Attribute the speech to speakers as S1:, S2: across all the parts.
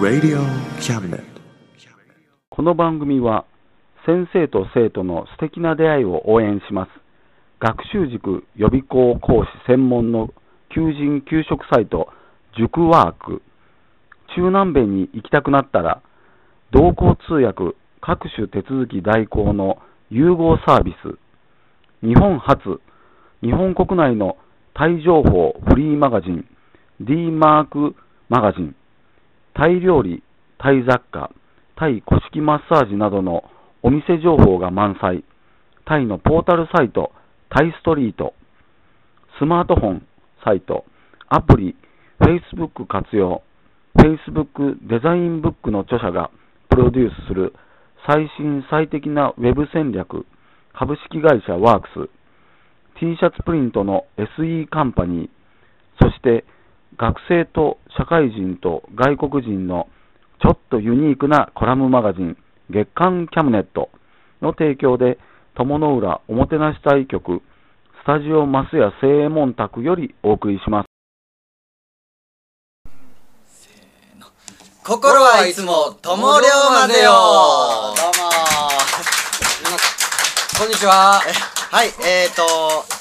S1: Radio Cabinet.
S2: この番組は先生と生徒の素敵な出会いを応援します学習塾予備校講師専門の求人・給食サイト塾ワーク中南米に行きたくなったら同行通訳各種手続き代行の融合サービス日本初日本国内のタイ情報フリーマガジン D マークマガジンタイ料理、タイ雑貨、タイ古式マッサージなどのお店情報が満載。タイのポータルサイト、タイストリート。スマートフォン、サイト、アプリ、Facebook 活用。Facebook デザインブックの著者がプロデュースする最新最適なウェブ戦略。株式会社ワークス。T シャツプリントの SE カンパニー。そして学生と社会人と外国人のちょっとユニークなコラムマガジン月刊キャムネットの提供で友の浦おもてなし対局スタジオマスヤ正右衛門宅よりお送りします。
S3: 心はいつも友龍馬でよ
S4: どうも
S3: こんにちは
S4: はい、えーと、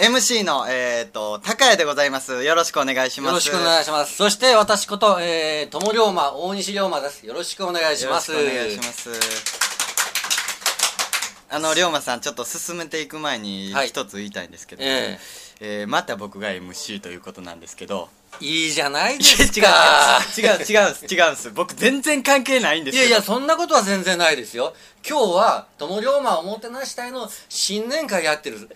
S4: MC の、えーと、高谷でございます。よろしくお願いします。
S3: よろしくお願いしますそして私こと、えー、友龍馬大西龍馬ですよろしくお願いします
S4: よろしくお願いします。あの、龍馬さん、ちょっと進めていく前に
S3: はい、
S4: 一つ言いたいんですけど、
S3: ええ
S4: えーまた僕が MC ということなんですけど、
S3: いいじゃないで
S4: いや
S3: すか
S4: 違う、違う、違うんです、違うんです。僕、全然関係ないんです
S3: い
S4: よ
S3: やいやそんなことは全然ないですよ今日は友龍馬おもてなし隊の新年会やってる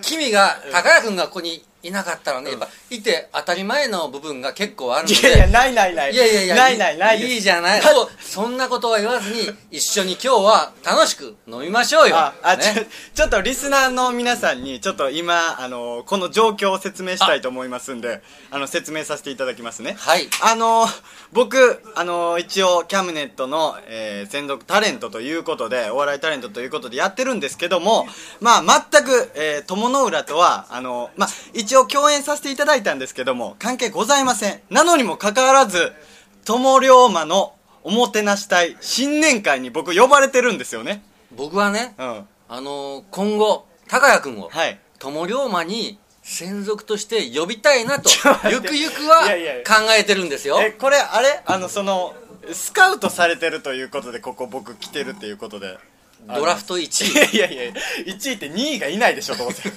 S3: 君が高谷君がここにいなかったらね、やっぱいて当たり前の部分が結構あるので
S4: いやいや、ないないない。
S3: いやいやいや、
S4: ないないないです。
S3: いいじゃない。そう、そんなことは言わずに、一緒に今日は楽しく飲みましょうよ。
S4: ああ、
S3: ね
S4: ちょちょっとリスナーの皆さんにちょっと今あのこの状況を説明したいと思いますんであの説明させていただきますね
S3: はい
S4: あの僕あの一応キャムネットの、えー専属タレントということでお笑いタレントということでやってるんですけどもまあ全く、えー友の浦とはあのまあ一応共演させていただいたんですけども関係ございませんなのにもかかわらず友龍馬のおもてなし隊新年会に僕呼ばれてるんですよね
S3: 僕はね、
S4: うん
S3: あのー今後、高谷君を、
S4: はい
S3: 友龍馬に専属として呼びた いなと
S4: ょっと、待
S3: ゆ
S4: って
S3: くゆくはい
S4: やいやいや
S3: 考えてるんですよ。
S4: えこれあれあのそのスカウトされてるということでここ僕来てるっていうことで
S3: ドラフト1位。
S4: いやいやいや1位って2位がいないでしょどう せ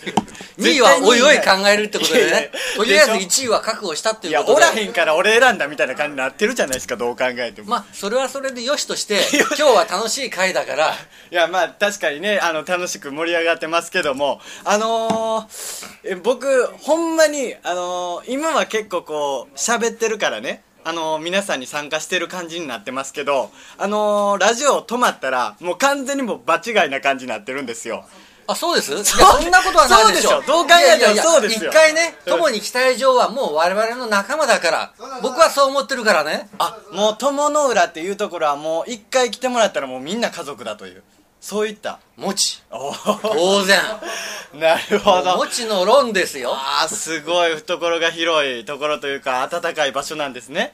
S3: 2位はおいおい考えるってことで
S4: いやい
S3: ね
S4: や。
S3: とりあえず
S4: でしょ
S3: 1位は確保したって
S4: い
S3: いう
S4: や
S3: こと
S4: お
S3: で。
S4: らへんから俺選んだみたいな感じになってるじゃないですかどう考えても、
S3: まあ、それはそれでよし として、今日は楽しい回だから、
S4: いやまあ確かにねあの楽しく盛り上がってますけどもあのー、 え僕ほんまにあのー、今は結構こう喋ってるからねあのー、皆さんに参加してる感じになってますけどあのー、ラジオ止まったらもう完全にもう場違いな感じになってるんですよ
S3: あ、そうですいやそんなことはないでしょ。
S4: そうでしょどう考えても
S3: いやいや
S4: そうですよ
S3: 一回ね、共に期待上はもう我々の仲間だから、僕はそう思ってるからね。
S4: あもう友の浦っていうところはもう一回来てもらったらもうみんな家族だというそういった
S3: もち。
S4: お
S3: 当然。
S4: なるほど
S3: もちの論ですよ。
S4: あーすごい懐が広いところというか暖かい場所なんですね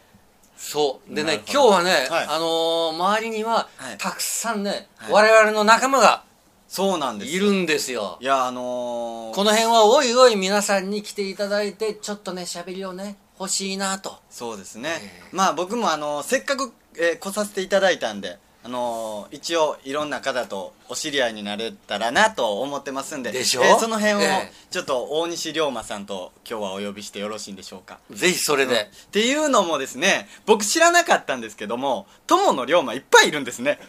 S3: そう。でね、
S4: なる
S3: 今日はね、
S4: はい
S3: あのー周りには
S4: はい、
S3: たくさんね、
S4: はい
S3: 我々の仲間が
S4: そうなんです
S3: いるんですよ。
S4: いやあのー、
S3: この辺はおいおい皆さんに来ていただいて、ちょっとね、喋りをね、欲しいなと。
S4: そうですね、まあ僕もあのせっかく、えー来させていただいたんであのー一応いろんな方とお知り合いになれたらなと思ってますんで
S3: でしょ
S4: えーその辺を
S3: ええ
S4: ちょっと大西龍馬さんと今日はお呼びしてよろしいんでしょうか
S3: ぜひそれで。
S4: っていうのもですね僕知らなかったんですけども友の龍馬いっぱいいるんです ね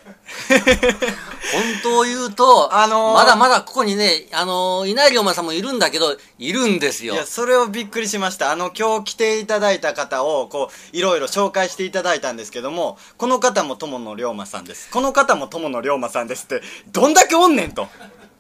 S3: 本当を言うと、
S4: あのー
S3: まだまだここにね、あのー、いない龍馬さんもいるんだけど、いるんです
S4: い
S3: よ。
S4: やそれをびっくりしましたあの今日来ていただいた方をこういろいろ紹介していただいたんですけどもこの方も友の龍馬さんですこの方も友の龍馬さんですってどんだけおんねんと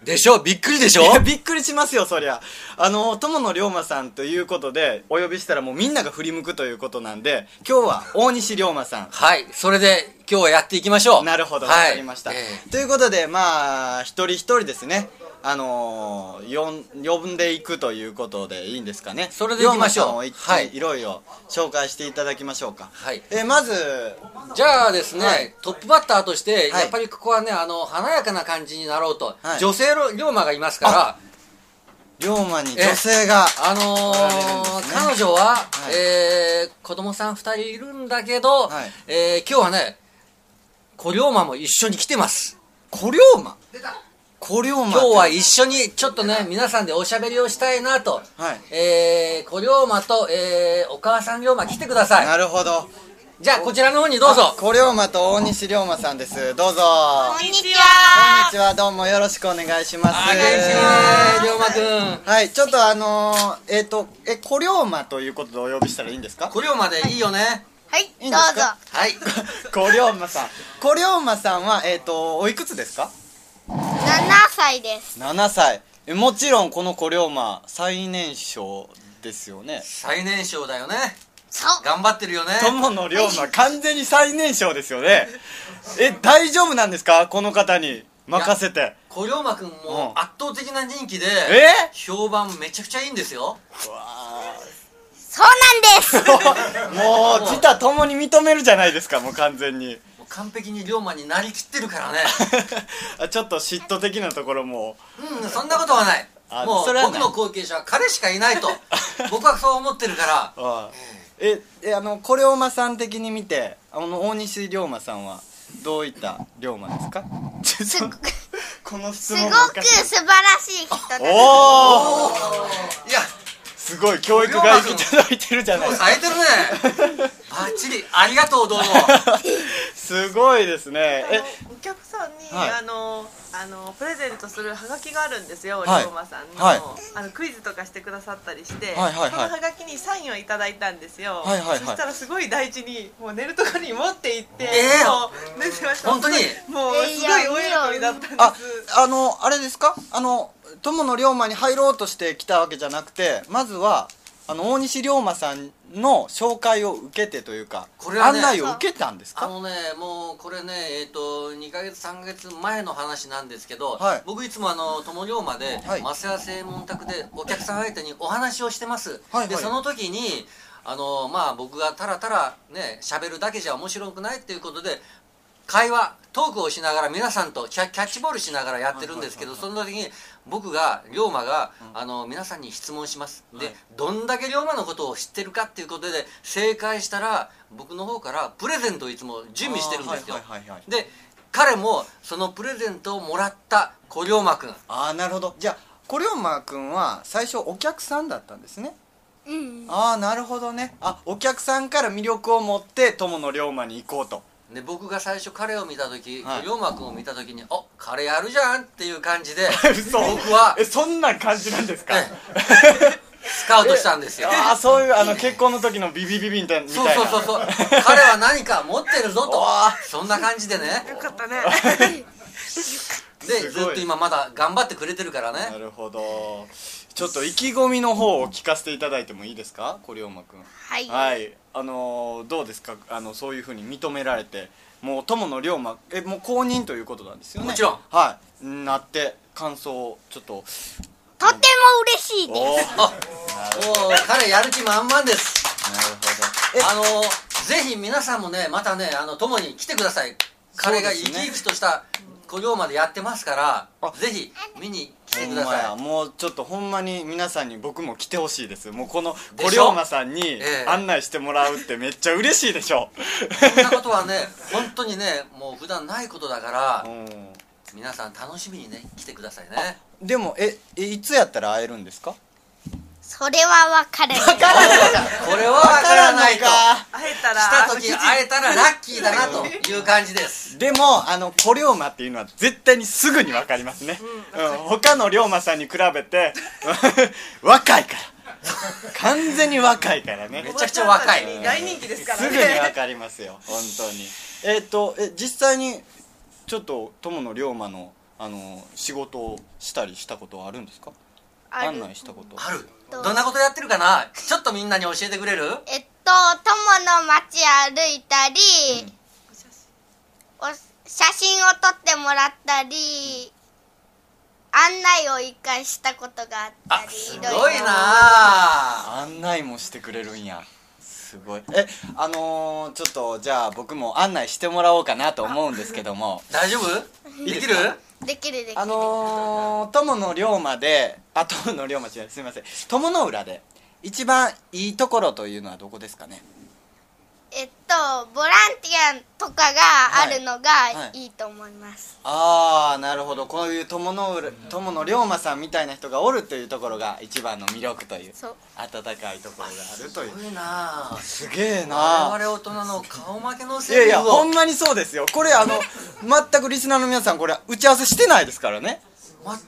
S3: でしょびっくりでしょ
S4: いやびっくりしますよそりゃあの友野龍馬さんということでお呼びしたらもうみんなが振り向くということなんで今日は大西龍馬さん
S3: はい。それで、今日はやっていきましょう。
S4: なるほど、
S3: はい
S4: わかりました、
S3: ええ
S4: ということでまあ一人一人ですねあのー、よん呼んでいくということでいいんですかね
S3: それでいきましょう
S4: 龍馬さんをい,、
S3: は
S4: はいい、いろいろ紹介していただきましょうか
S3: はい
S4: えーまず
S3: じゃあですね、
S4: はい
S3: トップバッターとして、
S4: はい
S3: やっぱりここはね、あの、華やかな感じになろうと、
S4: はい
S3: 女性の龍馬がいますから、
S4: 龍馬に女性が
S3: あの
S4: おられるん
S3: ー
S4: ですね
S3: 彼女は、
S4: い
S3: えー、子供さん二人いるんだけど、
S4: はい
S3: えー今日はね、小龍馬も一緒に来てます。
S4: 小龍馬小龍馬
S3: 今日は
S4: って
S3: 一緒にちょっとね、皆さんでおしゃべりをしたいなと、
S4: はい
S3: えー、小龍馬と、えー、お母さん龍馬来てください。
S4: なるほど
S3: じゃあ、こちらの方にどう
S4: あ
S3: ぞ。
S4: 小龍馬と大西龍馬さんですどうぞ
S5: こんにち
S4: こん
S5: は。
S4: にちはどうもよろしくお願いします
S3: あ、元気ね、龍馬くん。
S4: はいちょっとあのー、えっ、とえ小龍馬ということでお呼びしたらいいんですか
S3: 小龍馬でいいよね。
S5: はい、
S4: いいん
S5: ど
S4: です
S5: うぞ。
S4: か
S3: はい。
S4: 小龍馬さん小龍馬さんはえっ、とおいくつですか
S5: 7歳です。
S4: 7歳えもちろんこの小龍馬最年少ですよね
S3: 最年少だよね。
S5: そう。
S3: 頑張ってるよね。
S4: 友の龍馬完全に最年少ですよねえ大丈夫なんですかこの方に任せて
S3: 小龍馬くんも
S4: うん
S3: 圧倒的な人気で、
S4: え
S3: 評判めちゃくちゃいいんですよ。
S5: そうなんです。
S4: もう自他ともに認めるじゃないですかもう完全に
S3: もう完璧に龍馬になりきってるからね。
S4: あちょっと嫉妬的なところも
S3: うん、そんなことはない
S4: あ。
S3: もう
S4: それは
S3: 僕
S4: ない
S3: の後継者は彼しかいないと僕はそう思ってるから
S4: あええあの小龍馬さん的に見てあの大西龍馬さんはどういった龍馬ですか ちょっとこの 質
S5: す
S4: 問
S5: ごく
S4: がおかしい
S5: 素晴らしい人だ。
S4: おお
S3: いや
S4: すごい教育がいただいてるじゃない
S3: もう
S4: ですか
S3: 冴えてるねバッチリありがとうどうも
S4: すごいですねえ
S6: お客さんに、
S4: はい
S6: あのあのプレゼントするハガキがあるんですよ、
S4: はい
S6: 龍馬さんの,、
S4: はい
S6: あのクイズとかしてくださったりして、
S4: はいはいはい
S6: そのハガキにサインをいただいたんですよ、
S4: はいはいはい
S6: そしたらすごい大事にもう寝るとこに持って行って、
S3: ええ
S6: もう寝てました
S3: 本当に
S6: もうすごいお喜びだったんです、
S4: ああのあれですかあの友の龍馬に入ろうとして来たわけじゃなくてまずはあの大西龍馬さんの紹介を受けてというか、
S3: これはね
S4: 案内を受けたんです
S3: あ
S4: か
S3: のねもうこれねえっ、と2ヶ月3ヶ月前の話なんですけど、
S4: はい
S3: 僕いつもあの友龍馬で、
S4: はい
S3: 増谷正門宅でお客さん相手にお話をしてます、
S4: はいはい
S3: でその時にあのまあ僕がたらたらね喋るだけじゃ面白くないっていうことで会話トークをしながら皆さんとキャキャッチボールしながらやってるんですけど、その時に僕が龍馬が、あの皆さんに質問します、でどんだけ龍馬のことを知ってるかっていうことで正解したら僕の方からプレゼントをいつも準備してるんですよ、
S4: あーはいはいはいはい
S3: で彼もそのプレゼントをもらった小龍馬くん
S4: ああなるほどじゃあ小龍馬くんは最初お客さんだったんですね
S5: うん。
S4: ああなるほどねあお客さんから魅力を持って友の龍馬に行こうと
S3: で僕が最初彼を見た時、
S4: はい
S3: 龍馬くんを見た時に「お彼やるじゃん」っていう感じで
S4: 嘘
S3: 僕は
S4: えそんな感じなんですか
S3: えスカウトしたんですよ
S4: ああそういうあの結婚の時のビビビビみたいな
S3: そうそうそうそう彼は何か持ってる ぞと
S4: おー
S3: そんな感じでね
S6: よかったね
S3: ですず
S4: ご
S3: っ
S4: い
S3: と今まだ頑張ってくれてるから
S4: な
S3: ね
S4: るほどちょっと意気込みの方を聞かせていただいてもいいですか小龍馬くん
S5: はい。
S4: はいあのーどうですかあのそういうふうに認められてもう友の龍馬えもう公認ということなんですよね
S3: もちろん
S4: はいなって感想をちょっと
S5: とても嬉しいです。
S4: おーなるほ
S3: あもう彼やる気満々です
S4: どえ
S3: あのぜひ皆さんもねまたねあの共に来てください彼が
S4: そうで
S3: 生
S4: す
S3: き
S4: ね
S3: 生きとした小龍馬でやってますから
S4: あ
S3: ぜひ見に来て
S4: ほ
S3: く
S4: ん
S3: だ
S4: まや
S3: さい
S4: もうちょっとほんまに皆さんに僕も来てほしいですもうこの
S3: で
S4: 小
S3: し
S4: 龍
S3: ょ
S4: 馬さんに
S3: ええ
S4: 案内してもらうってめっちゃ嬉しいでしょ、
S3: そんなことはね本当にねもう普段ないことだから皆さん楽しみにね来てくださいね
S4: うん、でもええいつやったら会えるんですか
S5: それはわからない。
S3: これは分からないと
S6: 会えたら
S3: した時
S6: あの
S3: 会えたらラッキーだなという感じです
S4: でもあの小龍馬っていうのは絶対にすぐに分かりますね、うん他の龍馬さんに比べて 若いから完全に若いからね
S3: めちゃくちゃ若い
S6: おばちゃんたちに大人気ですから
S4: す
S6: ね
S4: ぐに分かりますよ本当にえっ、とえ実際にちょっと友の龍馬のあの仕事をしたりしたことはあるんですか
S6: ある
S4: 案内したこと
S3: ある
S5: どう
S3: どんなことやってるかなちょっとみんなに教えてくれる
S5: えっと、友の街歩いたり、お写真を撮ってもらったり、案内を一回したことがあった
S3: あ
S5: り
S3: す
S5: い
S3: ご
S5: ろ
S3: い
S5: いろ
S3: なあ
S4: 案内もしてくれるんやすごいえあのー、ちょっとじゃあ僕も案内してもらおうかなと思うんですけど も
S3: 大丈夫できる
S5: できるできる
S4: あのー、友の龍馬であ友の龍馬違うすみません友の浦で一番いいところというのはどこですかね
S5: えっとボランティアとかがあるの
S4: は
S5: が
S4: い
S5: いいと思います、
S4: ああなるほどこういう友の浦友の龍馬さんみたいな人がおるというところが一番の魅力という
S5: そう
S4: 温かいところがあるという
S3: すごいなあ
S4: すげえな
S3: 我々大人の顔負けの
S4: い
S3: セ
S4: やい
S3: リ
S4: や
S3: フ
S4: ほ
S3: を
S4: んまにそうですよこれあ の全くリスナーの皆さんこれ打ち合わせしてないですからね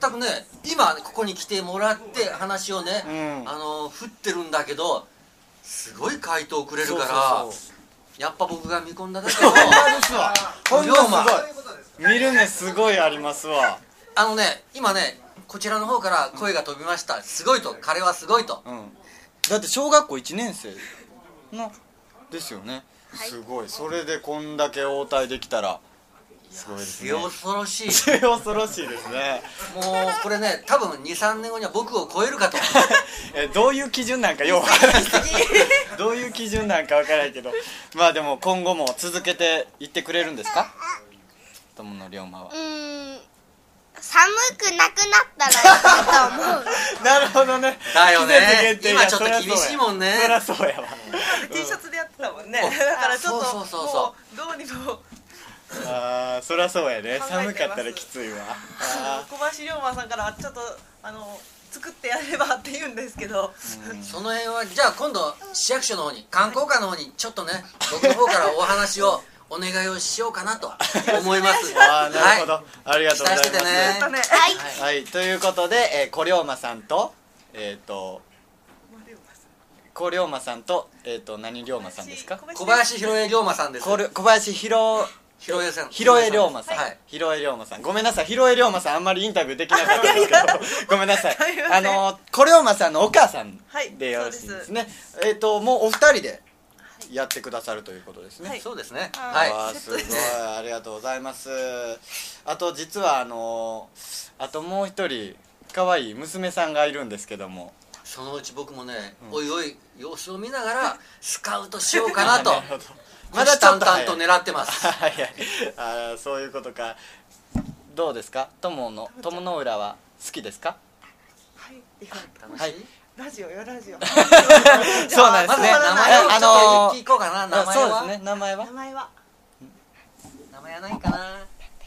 S3: 全くね今ここに来てもらって話をね、
S4: うん
S3: あの振ってるんだけどすごい回答くれるから
S4: そうそう
S3: やっぱ僕が見込んだだけ
S4: ほんま
S3: ど
S4: です わほんますごい見る目すごいありますわ
S3: あのね今ねこちらの方から声が飛びましたすごいと彼はすごいと
S4: うんだって小学校1年生のですよね、
S5: はい
S4: すごいそれでこんだけ応対できたらすごいですね
S3: 強恐ろしい
S4: 強恐ろしいですね
S3: もうこれね多分23年後には僕を超えるかと思う
S4: えどういう基準なんかようわ からんけどどういう基準なんかわからんけどまあでも今後も続けていってくれるんですか友野龍馬は
S5: うーん寒くなくなったらいいと思う
S4: なるほどね
S3: だよね
S4: 季節限定
S3: 今
S4: や
S3: ちょっと
S4: そりゃそうや
S3: 厳しいもんね
S4: そりゃそうやわ
S6: T シャツでやってたもんね だからちょっと
S3: そうそうそう
S6: もうどうにも
S4: あーそりゃそうやね
S6: 考えてます
S4: 寒かったらきついわあ
S6: 小林龍馬さんからちょっとあの作ってやればって言うんですけど
S3: その辺はじゃあ今度市役所の方に観光課の方にちょっとね 僕の方からお話をお願いをしようかなと思います
S4: ーあーなるほど、
S3: は
S4: ありが
S3: い、
S4: と
S3: 期
S4: うございま
S3: 待して
S4: す
S3: てね
S6: ちょっとね
S5: はい
S4: はい、ということで、えー、小龍馬さんと、えっ、と、小龍馬さんと、えっ、と、何龍馬さんですか。
S3: 小林弘恵龍馬さんです
S4: 小龍小林博、
S3: 広江さん
S4: 広江龍馬さん、
S3: はい
S4: 広江龍馬さん、ごめんなさい、広江龍馬さん、あんまりインタビューできなかったんですけど。 ごめんなさい
S6: すいま、せん
S4: あの、小龍馬さんのお母さん
S6: はい、
S4: でよろしいですね。えっ、と、もうお二人で、やってくださるということですね。
S6: はい
S3: そうですね
S5: あ
S3: はい
S4: わあ すごいありがとうございますあと実はあのあともう一人可愛い娘さんがいるんですけども
S3: そのうち僕もね、おいおい様子を見ながらスカウトしようか な と
S4: ま
S3: ま
S4: だ
S3: だ
S4: ち
S3: ち
S4: ょ
S3: ゃ
S4: っ
S3: ん
S4: と
S3: と
S4: 早い
S3: 狙ってます
S4: はいはいあーそういうことかどうですか友の友の浦は好きですか
S6: はい意外と
S3: 楽し
S4: はい
S6: ラジオよラジ オ
S4: そうなんで
S3: ますず
S4: ね
S3: は名前をちょっと聞こうかな、
S4: あ
S3: 名
S4: のー
S3: 前は
S4: そうですね名前は
S6: 名前は
S3: 名前はないかな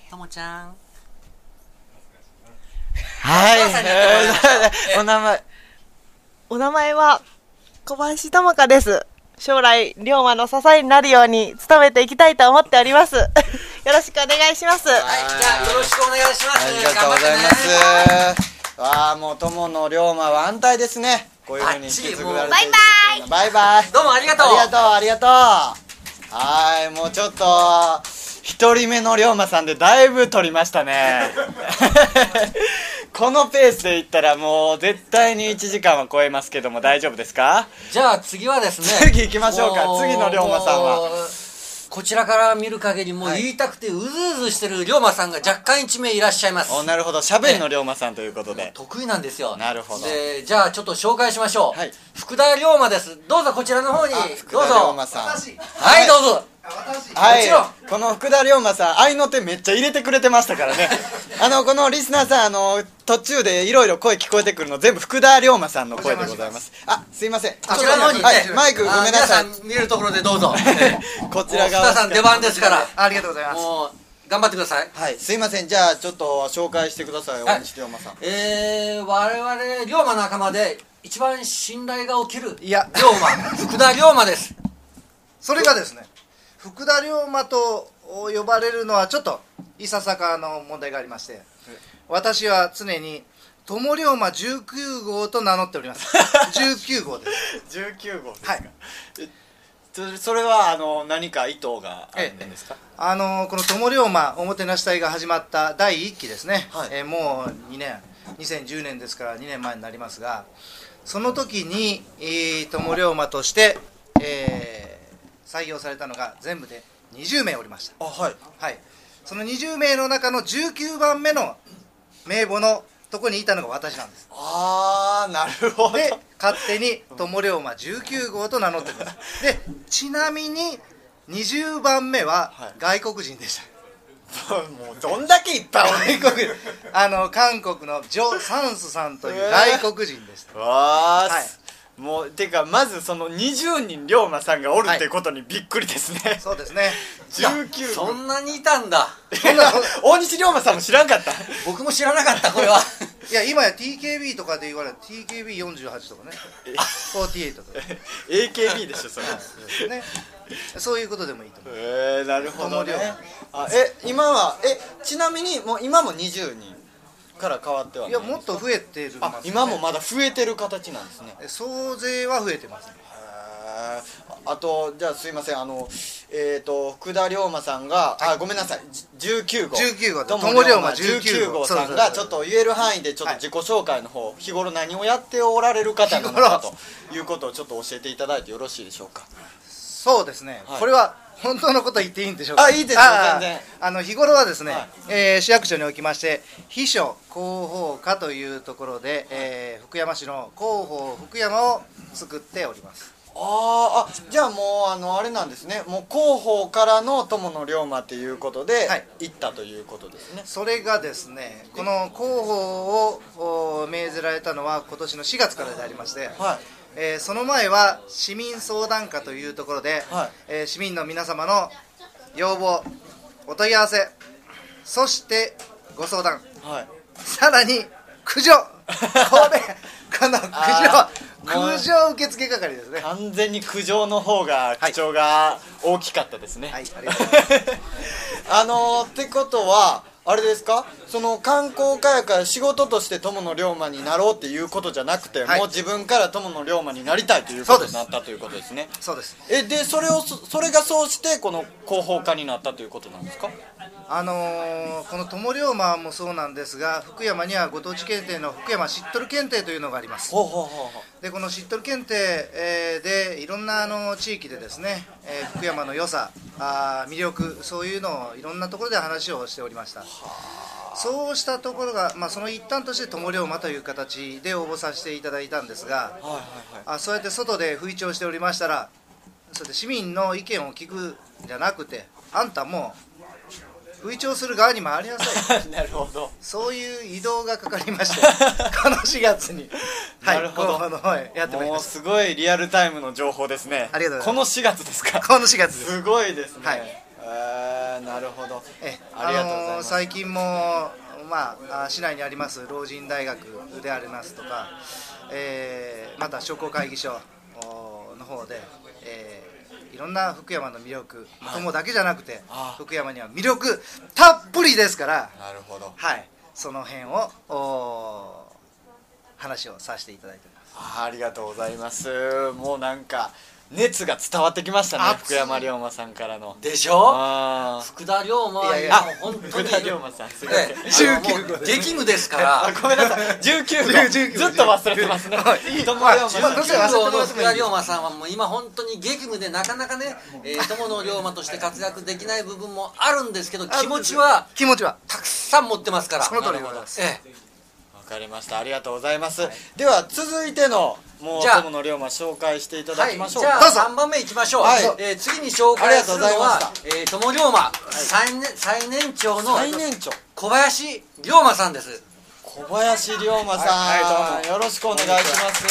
S3: ともちゃん
S4: はい
S3: お父さんにやってもらいま した
S4: お名前
S6: お名前は小林玉香です将来龍馬の支えになるように努めていきたいと思っておりますよろしくお願いします
S3: はいじゃあよろしくお願いします
S4: ありがとうございます
S3: 頑張ってね
S4: わあもう友の龍馬は安泰ですねこういうふうに
S3: あ
S4: 引
S3: っち
S4: き継ぐられて
S5: バイ
S4: る
S5: バイ
S4: バイバイ
S3: どうもありがとう
S4: ありがとうありがとうはーいもうちょっと一人目の龍馬さんでだいぶ取りましたね このペースでいったらもう絶対に1時間は超えますけども大丈夫ですか
S3: じゃあ次はですね
S4: 次行きましょうか
S3: も
S4: 次の龍馬さんは
S3: もうこちらから見る限りもう
S4: はい
S3: 言いたくてうずうずしてる龍馬さんが若干一名いらっしゃいます
S4: おなるほどしゃべりの龍馬さんということで
S3: 得意なんですよ
S4: なるほど
S3: でじゃあちょっと紹介しましょう、
S4: はい
S3: 福田龍馬ですどうぞこちらの方に
S4: あ
S3: どう
S4: 福田龍馬
S3: ぞ
S4: さん
S3: はいどうぞ
S4: はい
S3: もちろん、
S4: この福田龍馬さん愛の手めっちゃ入れてくれてましたから ねあのこのリスナーさんあの途中でいろいろ声聞こえてくるの全部福田龍馬さんの声でございますあすいません
S3: こちらの方に、
S4: はい
S3: ね
S4: マイクごめんなさい
S3: あ皆さん見るところ でどうぞええ
S4: こちら
S3: もう
S4: が
S3: 福田さん出番ですから
S7: ありがとうございます。
S3: もう頑張ってください
S4: はいすいませんじゃあちょっと紹介してください
S3: はい
S4: 大西龍馬さん
S3: えー、我々龍馬仲間で一番信頼が起きる
S7: いや
S3: 龍馬福田龍馬です
S7: それがですね、福田龍馬と呼ばれるのはちょっといささかの問題がありまして、私は常に友龍馬19号と名乗っております。19号です。
S4: 19号です
S7: はい。
S4: それそれはあの何か意図があるんですか、
S7: あのーこの友龍馬おもてなし隊が始まった第1期ですね、
S4: はい
S7: えーもう2年2010年ですから2年前になりますがその時に、えー、友龍馬として、えー採用されたのが全部で20名おりました
S4: あはい
S7: はいその20名の中の19番目の名簿のとこにいたのが私なんです
S4: あーなるほど
S7: で勝手に友龍馬19号と名乗ってますでちなみに20番目は外国人でした、
S4: もうどんだけいっぱいおる
S7: 外国人あの韓国のジョ・サンスさんという外国人でした、
S4: わー
S7: はい
S4: す、もうてかまずその20人龍馬さんがおるってことにびっくりですね、
S7: そうで すね
S4: 19
S3: そんなにいたんだ
S4: い や大西龍馬さんも知らんかった
S3: 僕も知らなかったこれはい
S7: や今や TKB とかで言われる TKB48 とかね48とか
S4: AKB でしょそれ
S7: ですねそういうことでもいいと思う
S4: えー、なるほどね
S7: 友龍
S4: あえ今はえちなみにもう今も20人から変わってはいな
S7: やもっと増えてる
S4: あ今もまだ増えてる形なんですね
S7: 総勢は増えてますね
S4: ああとじゃあすいませんあのえっ、と福田龍馬さんが、あごめんなさいじ19号
S7: 19号
S4: 友龍馬
S7: 友龍馬
S4: 19
S7: 19
S4: 号
S7: 号
S4: さんがちょっと言える範囲でちょっと自己紹介の方、日頃何をやっておられる方なのか
S7: 日頃
S4: ということをちょっと教えていただいてよろしいでしょうか
S7: そうですね、
S4: はい
S7: これは本当のこと言っていいんでしょうか
S4: あいいですよ
S7: あー
S4: 全然
S7: あの日頃はですね、
S4: はい
S7: えー市役所におきまして秘書広報課というところで、えー福山市の広報福山を作っております
S4: あーあじゃあもうあのあれなんですねもう広報からの友の龍馬ということで、
S7: はい
S4: 行ったということですね
S7: それがですねこの広報をお命ぜられたのは今年の4月からでありまして、
S4: はい
S7: えーその前は市民相談課というところで、
S4: はい
S7: えー市民の皆様の要望お問い合わせそしてご相談
S4: はい
S7: さらに苦情これこの
S4: あ
S7: 苦情苦情受付係ですね
S4: 完全に苦情の方が口調が大きかったですね
S7: はいありがとうござい
S4: あのー、ってことはあれですかその観光課やから仕事として友の龍馬になろうっていうことじゃなくて、
S7: はい
S4: もう自分から友の龍馬になりたいというこ
S7: そう
S4: と
S7: で
S4: に
S7: す
S4: なったということですね
S7: そうです
S4: えでそれをそそれがそうしてこの広報課になったということなんですか
S7: あのーこの友龍馬もそうなんですが福山にはご当地検定の福山しっとる検定というのがあります
S4: ほうほうほうほう
S7: でこのしっとる検定、えーでいろんなあの地域でですね、えー福山の良さあー魅力そういうのをいろんなところで話をしておりましたそうしたところが、まあ、その一端として友龍馬という形で応募させていただいたんですが
S4: はいはいはい
S7: あそうやって外で吹聴しておりましたらそうやって市民の意見を聞くんじゃなくてあんたもう吹聴する側に回りなさい
S4: なるほど
S7: そういう移動がかかりましてこの4月に、はい、
S4: なるほど
S7: 広報の方へやってまいり
S4: も
S7: ま
S4: う
S7: した
S4: すごいリアルタイムの情報ですね
S7: ありがとうござ
S4: こ
S7: い
S4: の4月ですか
S7: この4月です
S4: すごいですね、
S7: はい
S4: えーなるほど
S7: え
S4: ありがとうござい
S7: あの
S4: ま
S7: ー
S4: す、
S7: 最近も、まあ、あ市内にあります老人大学でありますとか、えーまた商工会議所おの方で、えーいろんな福山の魅力、友だけじゃなくて
S4: あー
S7: 福山には魅力たっぷりですから、
S4: なるほど
S7: はい、その辺をお話をさせていただいております。
S4: ありがとうございますもうなんか熱が伝わってきましたね
S3: 熱
S4: 福
S3: い
S4: 山龍馬さんからの
S3: でしょ
S4: あ
S3: 福田龍馬はい
S7: やい
S4: ーあ
S3: もう本当
S4: 福
S3: に
S4: 田龍馬さんすいません、
S3: ねあのもう激務ですから
S4: あごめんなさい19号
S7: 19
S4: ずっと忘れてますね友龍馬さん
S7: まあどうせ忘れてもらっても
S3: 福
S7: いい
S3: 田龍馬さんはもう今本当に激務でなかなかね、えー、友の龍馬として活躍できない部分もあるんですけど気持ちは
S7: 気持ちは
S3: たくさん持ってますから
S7: その通りでございます
S3: ええ
S4: わかりましたありがとうございます、では続いてのもう
S3: じゃあ
S4: 友の龍馬紹介していただ
S3: は
S4: き
S3: い、
S4: ましょう
S3: じゃあ
S7: どうぞ
S3: 3番目いきましょう、
S4: はい
S3: えー次に紹介するの
S4: ありが
S3: は
S4: とう
S3: えー友龍馬最年最年長の
S4: 最年長
S3: 小林龍馬さんです
S4: 小林龍馬さん、
S8: はいはいどうも
S4: よろしくお願いします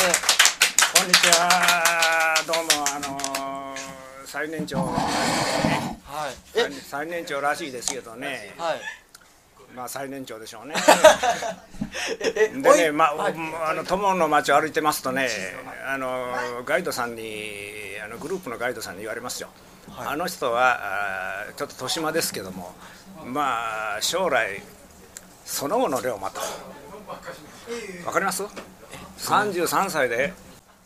S8: こんにちは。どうも、あのー最年長、
S4: はいえ
S8: 最最年長らしいですけどね。
S4: はい
S8: まあ、最年長でしょうね。
S4: え
S8: で
S4: おい
S8: ね、まあ、
S4: はい
S8: あの、友の街を歩いてますとね、あのーガイドさんに、あの、グループのガイドさんに言われますよ。あの人は、あーちょっと年間ですけども、まあ、将来。その後の龍馬と。わかります。三十三歳で。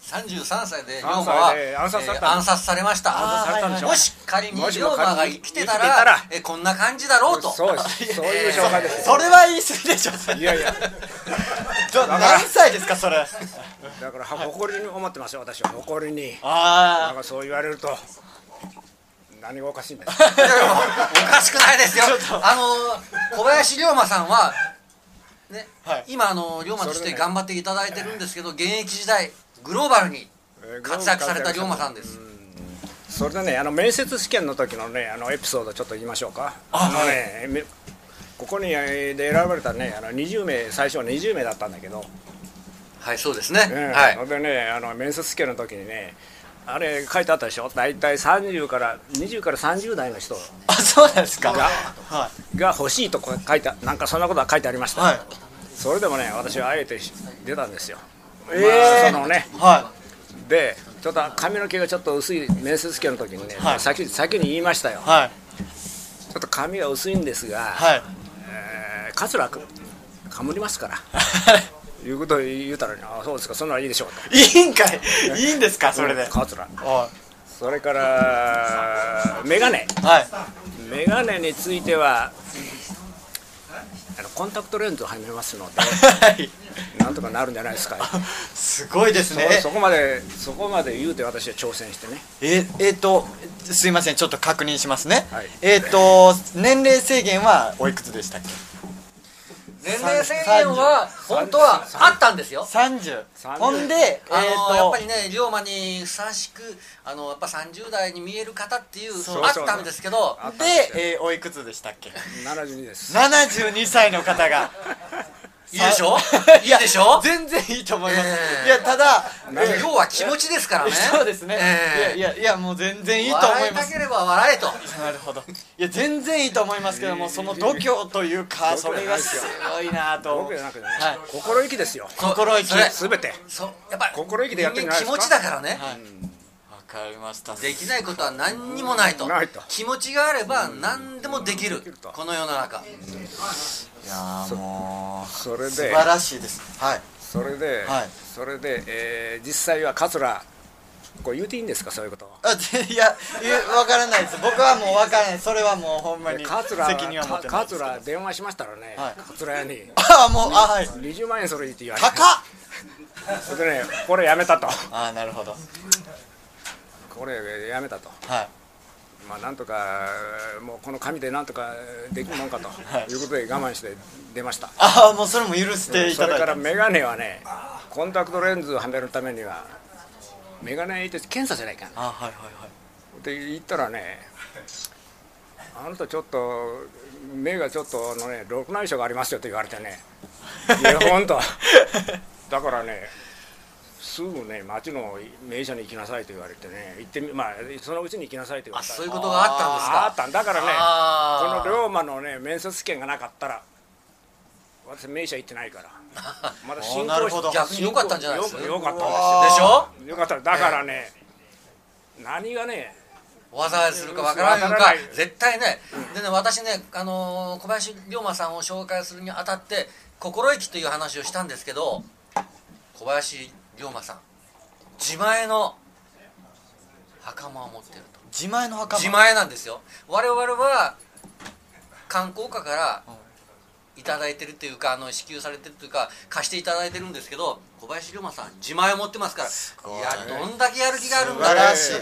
S3: 33歳で龍馬
S8: 33
S3: は、
S8: で暗殺された
S3: えー暗殺されました
S8: 暗殺されたんでしょ
S3: もし仮に
S8: も
S3: 龍
S8: し
S3: 馬
S8: も仮に
S3: が生きてたら
S8: 生きてたら
S3: えーこんな感じだろうと
S8: そうです。そういう紹介ですよ。
S4: そ れは言い過ぎでしょ
S8: いや いや、
S4: ど
S8: からん
S4: 何歳ですかそれ
S8: だからは誇りに思ってますよ、私は誇りに。だ
S4: あ
S8: からそう言われると、何がおかしいん だよ。
S3: いやいやおかしくないですよあのー小林龍馬さんはね
S4: はい
S3: 今あの龍馬として頑張っていただいてるんですけど、現役時代グローバルに活躍された龍馬さんです、
S8: それでねあの面接試験の時のねあのエピソードちょっと言いましょうかあのね、めここにえーで選ばれたねあの20名最初は20名だったんだけど、
S3: はいそうですね、
S8: うん
S3: はい
S8: それでねあの面接試験の時にねあれ書いてあったでしょ大体30から20から30代の人
S3: あそうなんですか
S8: が
S4: は
S8: が欲しいとこ書いてあなんかそんなことは書いてありました、
S4: はい
S8: それでもね私はあえてし出たんですよ、
S4: いえ
S8: そのね
S4: ー、は
S8: でちょっと髪の毛がちょっと薄い面接試験の時にね、
S4: はい
S8: 先先に言いましたよ、
S4: いはい
S8: ちょっと髪が薄いんですが、
S4: はい
S8: えー、桂君かむりますからいうことを言うたらねあそうですかそんならいいでしょうと
S4: いいんかいいいんですかそれで
S8: 桂
S4: は
S8: それから眼鏡
S4: いはい
S8: 眼鏡についてはあのコンタクトレンズをはめますの
S4: はい
S8: でなんとかなるんじゃないですか
S4: すごいです
S8: そ
S4: ね
S8: そこまでそこまで言うて私は挑戦してね
S4: ええーとすいませんちょっと確認しますね、
S8: はい
S4: えっ、ー、と年齢制限はおいくつでしたっけ
S3: 年齢制限は本当はあったんですよ
S4: 30
S8: 30
S4: ほんでえっ、ー、と
S3: あのやっぱりね龍馬にふさわしくあのやっぱ30代に見える方っていう
S8: う
S3: あったんですけど
S8: あったんですよ
S4: で、えー、おいくつでしたっけ
S8: 72です
S4: 72歳の方が
S3: いいでしょ
S4: さ
S3: いいでしょ
S4: 全然いいと思います、
S3: ええ
S4: いやただ、えー
S3: 要は気持ちですから ね
S4: そうですね、
S3: ええ
S4: いやいやいやもう全然いいと思
S3: 笑
S4: い
S3: い
S4: ま
S3: た
S4: す
S3: ければ笑えと
S4: なるほどいや全然いいと思いますけ どもその度胸という かそれがすごいなと
S8: 僕じゃなくてね、心意気ですよ
S3: そう
S4: 心意気
S3: それ
S8: 全て
S3: そうやっぱり
S8: 心意気でやってるん
S3: 人
S8: じゃな
S3: 間
S8: い
S3: 気
S8: です
S3: 持
S8: か
S3: ちだからね
S4: はいわかりました
S3: できないことは何にもないと
S8: ないと
S3: 気持ちがあれば何でもできる
S8: と
S3: この世の中
S4: いやーもう
S8: それで
S4: 素晴らしいですはい
S8: それで、
S4: はい
S8: それで、えー実際は桂こう言うていいんですかそういうこと
S4: あでいやいやわからないです僕はもうわからないそれはもうほんま
S8: で
S4: に
S8: 桂は
S4: 責任は持ってないです
S8: 桂電話しましたらね、
S4: はい
S8: 桂屋に
S4: ああもうあはい
S8: 20万円それいいって言われて
S4: 高っ
S8: それでねこれやめたと
S4: ああなるほど
S8: これやめたと
S4: はい
S8: まあなんとかもうこの紙でなんとかできるもんかと、
S4: はい
S8: い、うことで我慢して出ました
S4: ああもうそれも許してい
S8: そ
S4: ただ
S8: れ
S4: いて
S8: から眼鏡はねコンタクトレンズをはめるためには眼鏡入れて検査じゃないかん
S4: あはいはい
S8: って言ったらねあなたちょっと目がちょっとあのね六内障がありますよと言われてねいや本 当だからねすぐね町の名所に行きなさいと言われてね行ってみまあそのうちに行きなさいと言わ
S3: あ
S8: れた
S3: そういうことがあったんです
S8: あ
S3: か
S8: ったんだからね
S3: あ
S8: この龍馬のね面接試験がなかったら私名所行ってない からまだ進
S4: あーなる
S8: 行
S4: ほど
S8: 進行
S3: 逆に良かったんじゃないですか
S8: よよかったん
S3: でしょ
S8: ですよかっただからね、何がね
S3: 災いするかわからないの
S8: わから
S3: か
S8: ない
S3: 絶対ねでね私ね、あのー小林龍馬さんを紹介するにあたって心意気という話をしたんですけど小林龍馬さん自前の袴を持っていると
S4: 自前の袴
S3: 自前なんですよ我々は観光課からいただいてるというかあの支給されてるというか貸していただいてるんですけど小林龍馬さん自前を持ってますからい
S4: ごい
S3: やどんだけやる気があるん
S4: 素晴
S3: だ
S4: ら
S3: ね
S4: しい、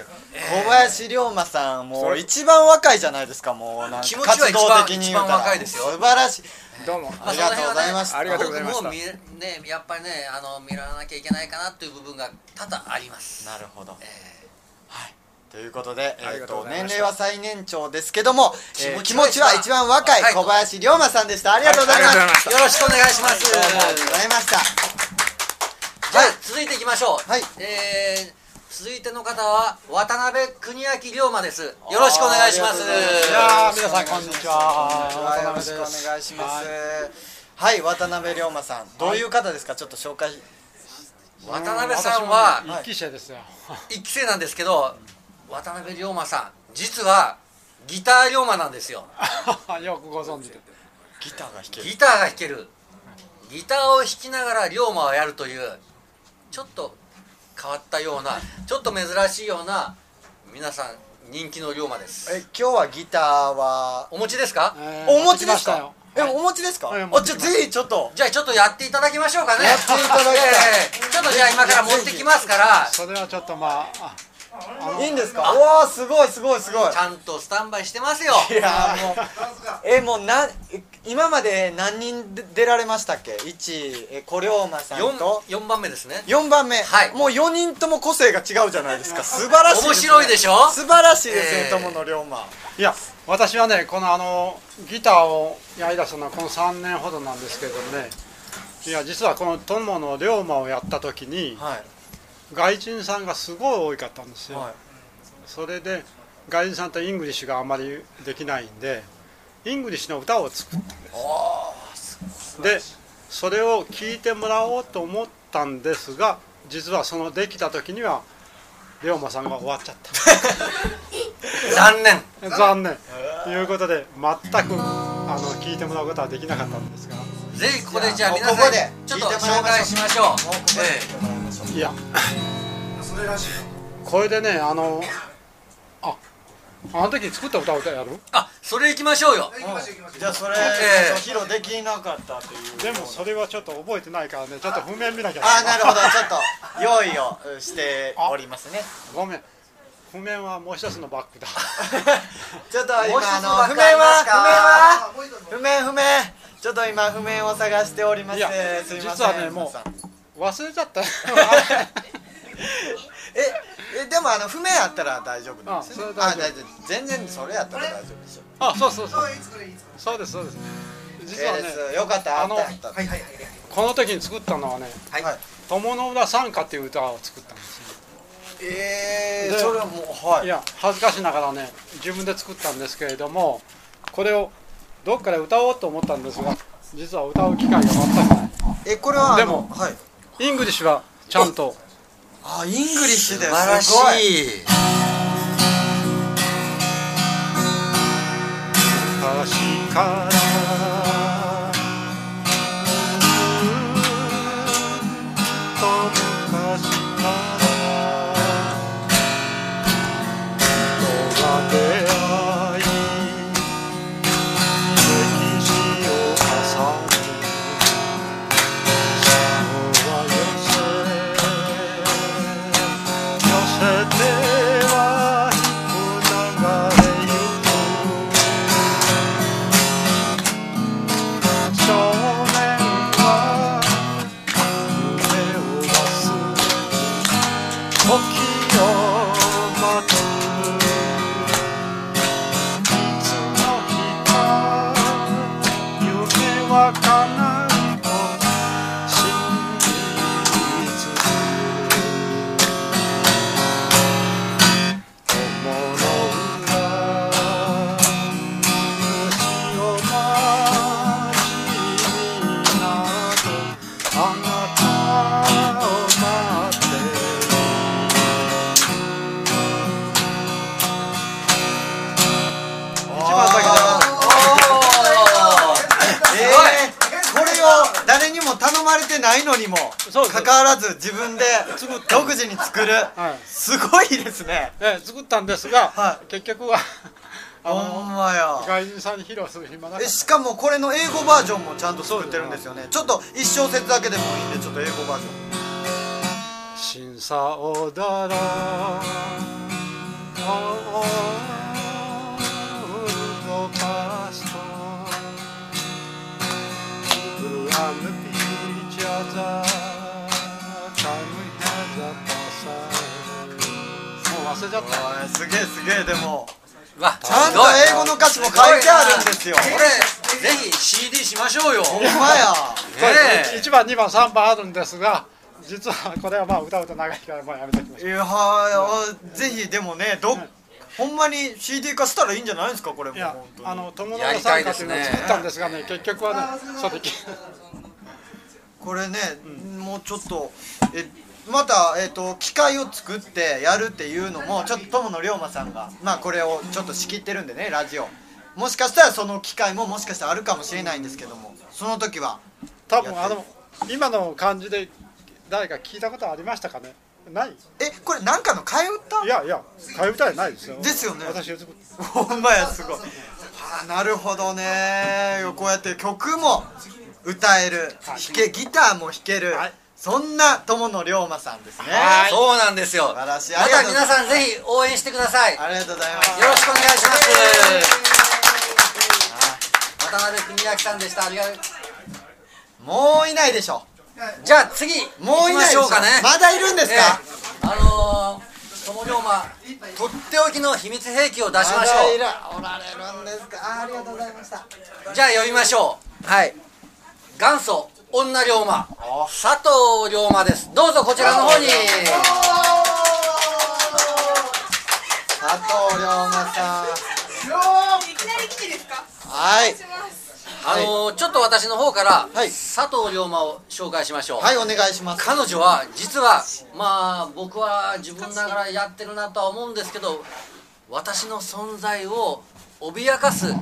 S4: 小林龍馬さんも
S8: そうれ
S4: 一番若いじゃないですかもうなんか
S3: 気持ちは一番
S4: 活動的に言うたら
S3: 一番若いですよ
S4: 素晴らしい
S8: どうも
S4: ありがとうございました
S8: ありがとうございました
S3: 僕も見えねやっぱりねあの見らなきゃいけないかなという部分が多々あります
S4: なるほど、はいということで、え
S8: あり
S4: ー、
S8: がとう
S4: と
S8: ござい
S4: 年
S8: ました
S4: 齢は最年長ですけども、えー気
S3: 気
S4: 持
S3: 持
S4: ち
S3: ち
S4: は
S3: は
S4: 一番若い
S3: はい
S4: 小林龍馬さんでしたありがとうございま
S8: あ
S4: す、
S8: りがとうございました
S3: よろしくお願いします
S4: どうもありがとうございました
S3: じゃあ続いていきましょう、
S4: はい
S3: えー続いての方は渡辺邦明龍馬ですよろしくお願いします
S4: いやー皆さんこんにちははいよろしくお願いしますはい、渡辺龍馬さんどういう方ですかちょっと紹介
S3: 渡辺さんは
S4: はい
S9: 記者ですよ
S3: 一期生なんですけど渡辺龍馬さん実はギター龍馬な んですよ
S9: よくご存知で
S4: ギターが弾ける
S3: ギターが弾けるギターを弾きながら龍馬をやるというちょっと変わったようなちょっと珍しいような皆さん人気の龍馬です
S4: え今日はギターは
S3: お持ちですか
S4: お持ちですか
S9: よ
S4: えお持ちですか
S9: はい
S4: あじゃあぜひちょっと
S3: じゃあちょっとやっていただきましょうかね
S4: やっていただきたい
S3: ええちょっとじゃあ今から持ってきますから
S9: それはちょっとまああ
S4: いいんですかうわーすごいすごいすごい
S3: ちゃんとスタンバイしてますよ
S4: いやーもうえもうな今まで何人で出られましたっけ1え小龍馬さんと
S3: 4, 番目ですね
S4: 4番目、
S3: はい
S4: もう4人とも個性が違うじゃないですか素晴らしい
S3: 面白いで
S4: し
S3: しょ
S4: 素晴らしいですね、
S3: えー
S4: 友野龍馬
S9: いや私はねこのあのギターをやりだしたのはこの3年ほどなんですけれどもねいや実はこの友の龍馬をやった時に
S4: はい
S9: 外人さんがすごい多かったんですよ、
S4: はい
S9: それで外人さんとイングリッシュがあまりできないんでイングリッシュの歌を作ったんですでそれを聴いてもらおうと思ったんですが実はそのできた時には龍馬さんが終わっちゃった
S3: 残念
S9: 残念ということで全くあの聞いてもらうことはできなかったんですが
S3: ぜひここでじゃあ
S4: もう
S3: 皆さん
S4: ここで
S3: ちょっと
S4: 聞いてもら
S3: 紹
S4: いましょう
S3: 介しましょう
S4: もうここ
S3: ええ
S4: で、
S9: いや
S7: それらしい
S9: これでねあのああの時作った歌を歌やる
S3: あそれ行きましょうよ
S7: 行きましょう行きましょう
S4: じゃあそれ、
S3: えー
S4: 披露できなかったという
S9: でもそれはちょっと覚えてないからねちょっと譜面見なきゃ
S4: ああなるほどちょっと用意をうんしておりますね
S9: ごめん譜面はもう一つのバックだ
S4: ちょっと
S3: もう一つ
S4: 今あの
S3: わか
S4: 譜
S3: り
S4: 面
S3: ます
S4: は
S7: あもう一つ
S4: 譜面は譜面譜面ちょっと今譜面を探しておりま
S9: い
S4: す
S9: や
S4: すいません
S9: 実はねもう忘れちゃっ た
S4: ええでもあの譜面あったら大丈夫なんですよね
S9: あそれ大丈夫
S4: 大丈夫全然それやったら大丈夫ですよ
S9: あそうそうそう
S7: いつこれいつこ
S9: そうですそうです実は
S4: ええ
S9: ね
S4: ですよかったあ
S9: あの
S4: ったあった
S7: れはいはいはい
S9: この時に作ったのはね
S4: はい、
S9: 「友の浦讃歌」っていう歌を作ったんですよ
S4: ええ
S9: で
S4: それはもうはい
S9: いや恥ずかしながらね自分で作ったんですけれどもこれをどっかで歌おうと思ったんですが実は歌う機会が全くな
S4: えこれはあの
S9: でも
S4: はい
S9: いイングリッシュはちゃんと
S4: あイングリッシュです
S3: 素晴らし
S4: すごい
S3: い
S9: 確からと昔から人が出会い歴史を重ね人は寄せ寄せては流れゆく少年は夢を忘れて時を待ついつの日か夢は叶うと信じ続ける友の裏「星を交じりなど」「あなたを待って
S4: 一番先だえー、これを誰にも頼まれてないのにも
S9: そうです
S4: かかわらず自分で独自に作る、
S9: はい
S4: すごいですね
S9: る」え作ったんですが、
S4: は
S9: 結局はあ
S4: ほん
S9: の
S4: まや
S9: 外人さんに披露する暇なかっ
S4: え
S9: た
S4: しかもこれの英語バージョンもちゃんと作ってるんですよねちょっと一小節だけでもいいんでちょっと英語バージョン
S9: 審査をだらおおパストブラムピーチャーザカムヒャザパサもう忘れちゃっ
S4: おいすげえすげえでも
S3: わ
S4: ちゃんと英語の歌詞も書いてあるんですよ
S3: これぜひ CD しましょうよ
S4: ほんまや
S9: た、
S3: ねえ
S9: 1番2番3番あるんですが実はこれはまあ歌うと長いからもうやめておきまし
S4: いやはぜひでもねどっほんまに CD 化したらいいんじゃないですかこれも
S9: いや
S4: 本当に
S9: あの友
S3: や
S9: 達
S3: り
S9: さ
S3: た
S9: ん
S3: い
S9: かっ
S3: で
S9: てい
S3: す
S9: う
S3: ね
S9: のを作ったんですがね結局はねそうでき
S4: これね、もうちょっとえまた、えっと機械を作ってやるっていうのもちょっと友野龍馬さんが、まあ、これをちょっと仕切ってるんでねラジオもしかしたらその機会ももしかしたらあるかもしれないんですけどもその時は
S9: 多分あの今の感じで誰か聞いたことありましたかねない
S4: えこれなんかの替え歌
S9: いやいや替え歌じゃないですよ
S4: ですよね
S9: 私が作っ
S4: ほんまやすごいあなるほどねこうやって曲も歌える弾けギターも弾ける、
S9: はい
S4: そんな友野龍馬さんですね
S3: はいそうなんですよ
S4: 素晴らしい
S3: ま
S4: ありが
S3: た
S4: とう
S3: 皆さんぜひ応援してくださいよ
S4: ありがとうございます
S3: ろしくお願いします
S4: イエーイ
S3: 渡辺邦明さんでしたありがとう
S4: もういないでしょ
S3: じゃあ次
S4: もうい
S3: 行きま
S4: ないで
S3: し
S4: し
S3: ょ
S4: ょ
S3: うかね
S4: まだいるんですか、
S3: ええあのー、友龍馬とっておきの秘密兵器を出しまし
S4: だい
S3: ょ
S4: らおられるんですかあーありがとうございました
S3: うじゃあ呼びましょうはい元祖女龍馬佐藤龍馬ですどうぞこちらの方に
S4: 佐藤龍馬さん
S10: いきなり来てですか
S4: はい
S3: あのー、ちょっと私の方から、
S4: はい
S3: 佐藤龍馬を紹介しましょう、
S4: はいお願いします
S3: 彼女は実はまあ僕は自分ながらやってるなとは思うんですけど私の存在を脅かす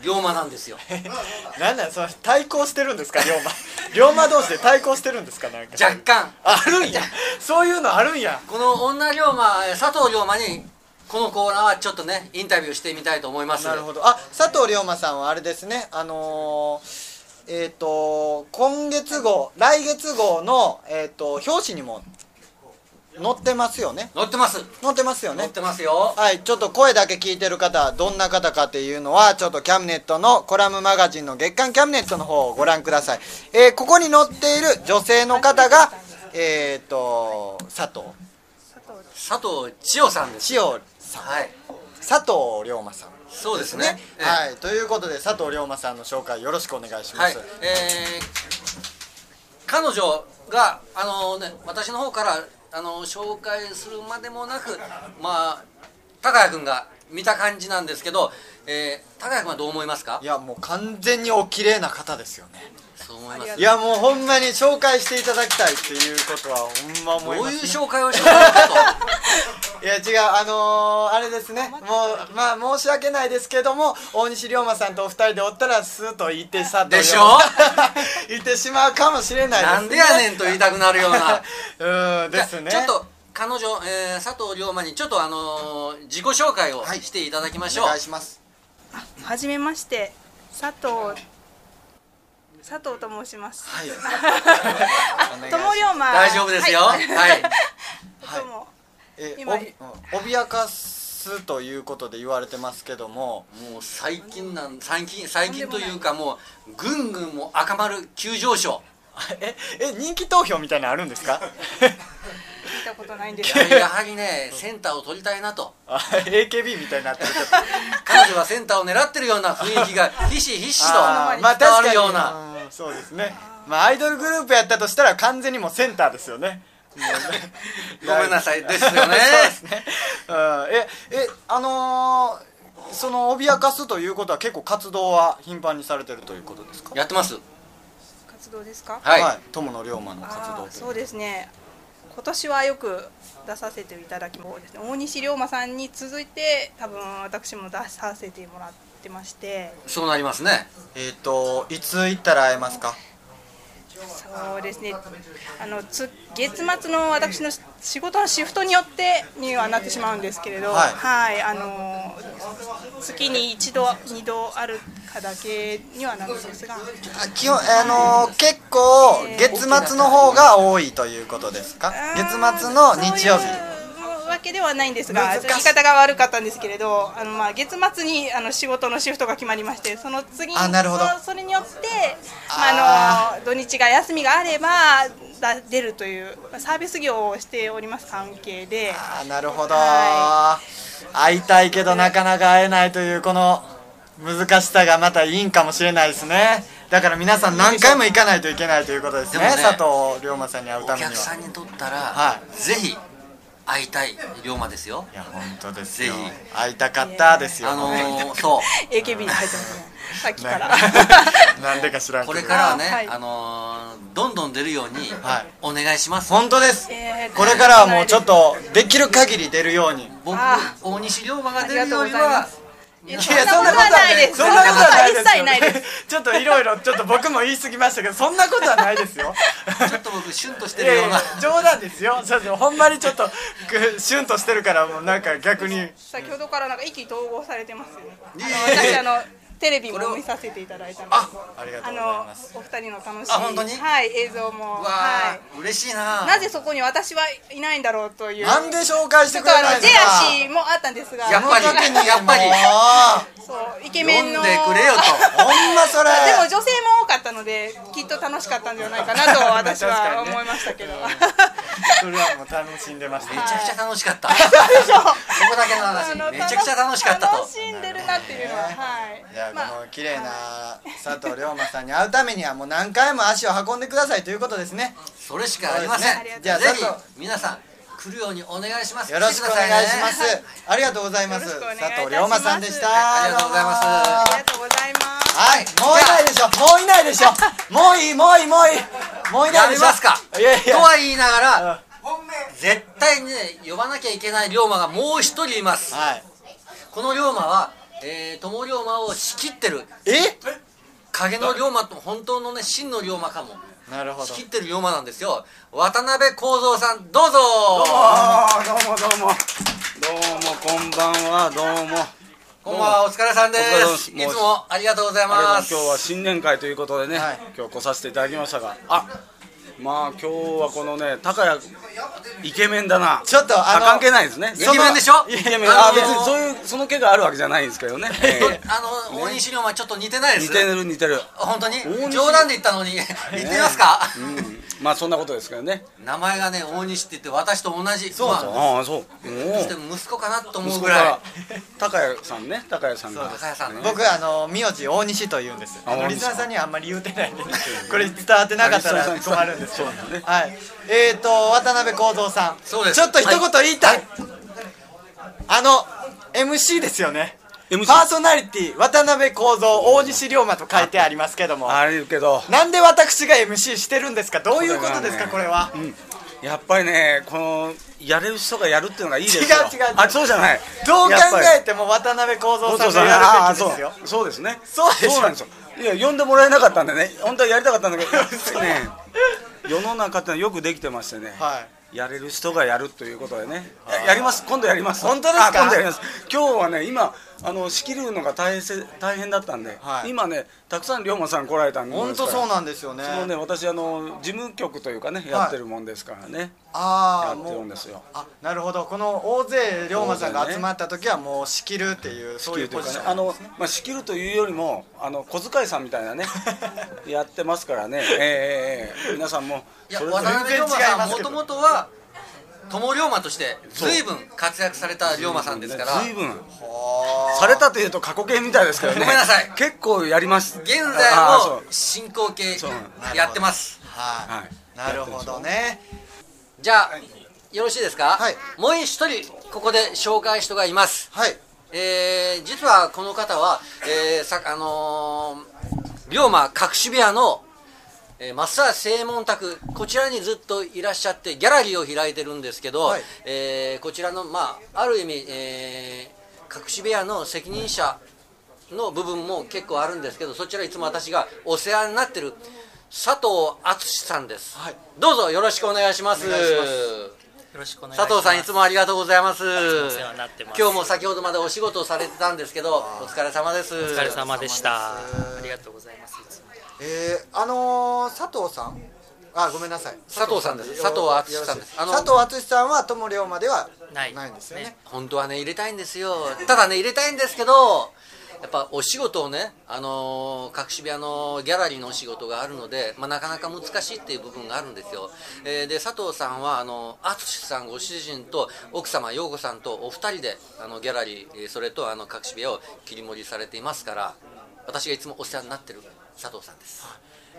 S3: 龍馬なんですよ
S4: なんなんそれ対抗してるんですか龍馬龍馬同士で対抗してるんですかなんか
S3: 若干
S4: あるんやそういうのあるんや
S3: この女龍馬えー佐藤龍馬にこのコーナーはちょっとねインタビューしてみたいと思います
S4: なるほどあ佐藤龍馬さんはあれですねあのーえっ、と今月号来月号の、えー、と表紙にも載ってますよね
S3: 乗ってます
S4: 載ってますよ
S3: 乗っ
S4: ね
S3: てますよ
S4: はいちょっと声だけ聞いてる方どんな方かっていうのはちょっとキャムネットのコラムマガジンの月刊キャムネットの方をご覧ください、えーここに載っている女性の方がえっ、と佐藤
S3: 佐藤千代さんです
S4: 千代さん
S3: はい
S4: 佐藤龍馬さん
S3: そうですね
S4: ね、
S3: えー
S4: はい、ということで佐藤龍馬さんの紹介よろしくお願いしま
S3: はい
S4: す、、
S3: えー彼女があのね私の方からあの紹介するまでもなくまあ高谷君が見た感じなんですけど、えー、高谷君はどう思いますか
S4: い、やもう完全にお綺麗な方ですよね
S3: そう思います
S4: いやもうほんまに紹介していただきたいっていうことはほんま
S3: どう
S4: 思います、ね、
S3: いう紹介をしてもらうかと
S4: いや違うあのー、あれですねもうまあ申し訳ないですけども大西龍馬さんとお二人でおったらスーッと言ってさ
S3: でしょ
S4: 言ってしまうかもしれないです、ね、
S3: なんでやねんと言いたくなるような
S4: うんですね
S3: じゃあちょっと彼女、えー佐藤龍馬にちょっとあのー自己紹介をしていただきましょ
S4: お
S3: う、
S4: 願いします
S10: はじめまして佐藤佐藤と申します
S4: はい
S10: あ友龍馬
S3: 大丈夫ですよ
S10: はい
S3: はい
S4: はい
S10: どうも
S4: えお
S10: 今
S4: うん脅かすということで言われてますけども
S3: もう最近なん最近最近というかもうぐんぐんもう赤丸急上昇
S4: ええ人気投票みたいなのあるんです か
S10: 聞いたことないんです
S3: やはりやはりねセンターを取りたいなと
S4: あ AKB みたいになってる
S3: 彼女はセンターを狙ってるような雰囲 気がひしひしと
S4: あー
S3: 伝
S4: まあ確
S3: わ
S4: か
S3: る
S4: に
S3: ような
S4: うんそうですねまあアイドルグループやったとしたら完全にもうセンターですよねもう
S3: ごめんなさいですよ
S4: そ
S3: ね
S4: うですね、うん、ええあのーその脅かすということは結構活動は頻繁にされてるということですか
S3: やってます
S10: 活動ですか
S3: はい、
S4: 友野龍馬の活
S10: あー
S4: 動とい
S10: そうですね今年はよく出させていただきそうですね大西龍馬さんに続いて多分私も出させてもらってまして
S3: そうなりますね
S4: えっ、といつ行ったら会えますか
S10: そうですねあのつ月末の私の仕事のシフトによってにはなってしまうんですけれど、
S4: はい
S10: はいあの月に一度、二度あるかだけにはなるんですが、
S4: あ基本あのー結構月末の方が多いということですか月末の日曜日
S10: そういうわけではないんですが、
S4: 難
S10: 言い
S4: しい
S10: 方が悪かったんですけれど、あのまあ月末にあの仕事のシフトが決まりまして、その次に
S4: あなるほど
S10: そそれによって、まあ、あの土日が休みがあればだ出るというまあサービス業をしております関係で、
S4: あーなるほど、
S10: は
S4: 会いたいけどなかなか会えないというこの難しさがまたいいんかもしれないですねだから皆さん何回も行かないといけないということですね
S3: でもね
S4: 佐藤龍馬さんに会うた
S3: お
S4: めには
S3: 客さんにとったら、
S4: は
S3: ぜひ会いたい龍馬ですよ
S4: いや本当ですよ
S3: ぜ
S4: 会いたかったですよ、
S3: あ のー、そう
S10: AKB に入って ますね、さっきから。
S4: なんでか知らんけ
S3: こ
S4: ど
S3: れからはね、
S10: はい
S3: あのー、どんどん出るように
S4: はい
S3: お願いします、
S4: 本当です、
S10: えー
S4: これからはもうちょっとできる限り出るように
S3: 僕
S10: あ
S3: 大西龍馬が
S10: あ
S3: 出
S10: り
S3: る
S10: がとうご
S3: より
S10: ざいま
S3: は
S10: す
S4: い
S10: やそんなことはないです
S4: そんなことはないです
S10: そんなことは一切ないです
S4: ちょっといろいろちょっと僕も言い過ぎましたけどそんなことはないですよ
S3: ちょっと僕シュンとし
S4: い
S3: て
S4: や
S3: る
S4: い
S3: ような
S4: や冗談ですよそうですほんまにちょっとくシュンとしてるからもうなんか逆に
S10: 先ほどからなんか意気投合されてますよね。あの私あのテレビも見させていただいたのであ
S3: ありがとうございます
S10: のお二人の楽しい
S3: あ本当に
S10: はい、映像も
S3: わ
S10: は
S3: あ
S10: い、
S3: 嬉しいな
S10: なぜそこに私はいないんだろうという
S3: なんで紹介してくれないんです
S10: ちょっと
S3: か
S10: あのジェアシーもあったんですが
S3: やっぱりやっぱり
S10: そうイケメンの
S3: 読んでくれよとほんまそれ
S10: でも女性も多かったのできっと楽しかったんではないかなと私
S4: 確か
S10: は
S4: にね
S10: 思いましたけど、
S4: それはもう楽しんでました
S3: めちゃくちゃ楽し かった
S10: そ
S3: こだけの話めちゃくちゃ楽しかったと
S10: 楽しんでるなっていうのははい
S4: じゃあこの綺麗な佐藤龍馬さんに会うためにはもう何回も足を運んでくださいということですね
S3: それしかありません、
S4: そうですね
S3: じゃあぜ
S4: ありがとう
S3: ひ皆さん来るようにお願いします
S4: よろしくお願いします、
S3: 来てくださいね
S4: ありがとうございます
S3: よろしくお願いいたします
S4: 佐藤龍馬さんでした、
S3: はいありがとうございますあり
S10: がとうございます
S4: はいもういないで しょもういないでしょもういいもういいもういいもういな
S3: や
S4: いで
S3: め
S4: しょ
S3: ますか
S4: いやいや
S3: とは言いながら絶対にね呼ばなきゃいけない龍馬がもう一人います、この龍馬は、えー、友龍馬を仕切ってる
S4: え
S3: 影の龍馬と本当のね真の龍馬かも
S4: なるほど
S3: 仕切ってる龍馬なんですよ渡辺幸三さんどう
S4: ど
S3: ぞ
S4: うもどうもどうもどうもこんばんはどうも
S3: こんばんはお疲れさんで
S11: お疲れ様ですす
S3: いつもありがとうござい
S11: あ
S3: ま
S11: れ
S3: す
S11: 今日は新年会ということでね、今日来させていただきましたがあまあ今日はこのね高谷イケメンだな
S4: ちょっとあの
S11: 関係ないですね
S3: イケメンでしょ
S11: いやイケメン
S3: あのー
S11: あ別にそういうその気があるわけじゃないんですけどね、ええ
S3: あの大西龍馬ちょっと似てないです
S11: 似てる似てる
S3: 本当に冗談で言ったのに似てますか、
S11: うんまあそんなことですけどね
S3: 名前がね大西って言って私と同じそう
S11: ああそう
S3: そして息子かなと思うぐら
S11: い高谷さんね高谷さんが
S3: 高谷さんね
S4: 僕あの名字大西と言うんです
S11: あ
S4: あの
S11: 大西
S4: リスナーさんにはあんまり言うてないんでこれ伝わってなかったら困るんですけどはいえーと渡辺幸三さん
S3: そうです
S4: ちょっと一言言いたいあの MC ですよねパーソナリティ渡辺幸三大西龍馬と書いてありますけども
S11: あれけど
S4: なんで私が MC してるんですかどういうことですかこれは
S11: やっぱりねこのやれる人がやるっていうのがいいですよ
S4: 違う違う
S11: あそうじゃない
S4: どう考
S11: やっぱり
S4: えても渡辺幸三さん
S11: さ
S4: が
S11: ん
S4: やる
S11: あ
S4: べ
S11: あ
S4: き
S11: そ
S4: ですよ
S11: うそうですね
S4: そうでしょ
S11: なんですよいや呼んでもらえなかったんでね本当はやりたかったんだけ どね世の中ってのはよくできてましてね、やれる人がやるということでねややります今度やります
S4: 本当ですか
S11: あ今度やります今日はね今あの仕切るのが大変せ大変だったんで、
S4: はい
S11: 今ねたくさん龍馬さん来られたんですから
S4: 本当そうなんですよね
S11: そのね私あの事務局というかね
S4: い
S11: やってるもんですからね、
S4: ああ
S11: やってる
S4: も
S11: ん
S4: う
S11: ですよ
S4: あなるほどこの大勢龍馬さんが集まった時はもう仕切るっていう
S11: 仕
S4: そう
S11: 切
S4: いう
S11: るとい
S4: ポ
S11: う
S4: ジシ
S11: かね
S4: ョン
S11: あの、まあ、仕切るというよりもあの小遣いさんみたいな ねやってますからね、ええええええ皆さんも
S3: いいや
S11: それぞれ
S3: 渡辺龍馬さんもともとは友龍馬として随分活躍された龍馬さんですから
S11: 随分されたというと過去形みたいですけどね
S3: ごめんなさい
S11: 結構やります
S3: 現在
S11: ああそ
S3: も
S11: う
S3: 進行形やってます
S4: はいなるほどね
S3: じゃあよろしいですか、もう一人ここで紹介人がいます
S4: はい
S3: えー、実はこの方は、えー、さあのー、龍馬隠し部屋の、えー、増田正門宅こちらにずっといらっしゃってギャラリーを開いてるんですけど、
S4: はい
S3: えーこちらのまあある意味、えー、隠し部屋の責任者の部分も結構あるんですけどそちらいつも私がお世話になってる佐藤敦さんです、どうぞよろしくお願いします
S12: お願いしますよろしくお願いします
S3: 佐藤さんいつもありがとうございます
S12: お世話になってます
S3: 今日も先ほどまでお仕事をされてたんですけどお疲れ様です
S12: お疲れ様でしたありがとうございますいつも
S4: えー、あのー、佐藤さんあごめんなさい
S3: 佐藤さんです佐藤淳さんです
S4: よ
S3: あ
S4: ろ
S3: の
S4: しい佐藤淳さんは友龍馬ではないんですよね
S3: 本当はね入れたいんですよただね入れたいんですけどやっぱお仕事をね、あのー隠し部屋のギャラリーのお仕事があるので、まあ、なかなか難しいっていう部分があるんですよ、えーで佐藤さんはあの淳さんご主人と奥様陽子さんとお二人であのギャラリーえーそれとあの隠し部屋を切り盛りされていますから私がいつもお世話になってる佐藤さんです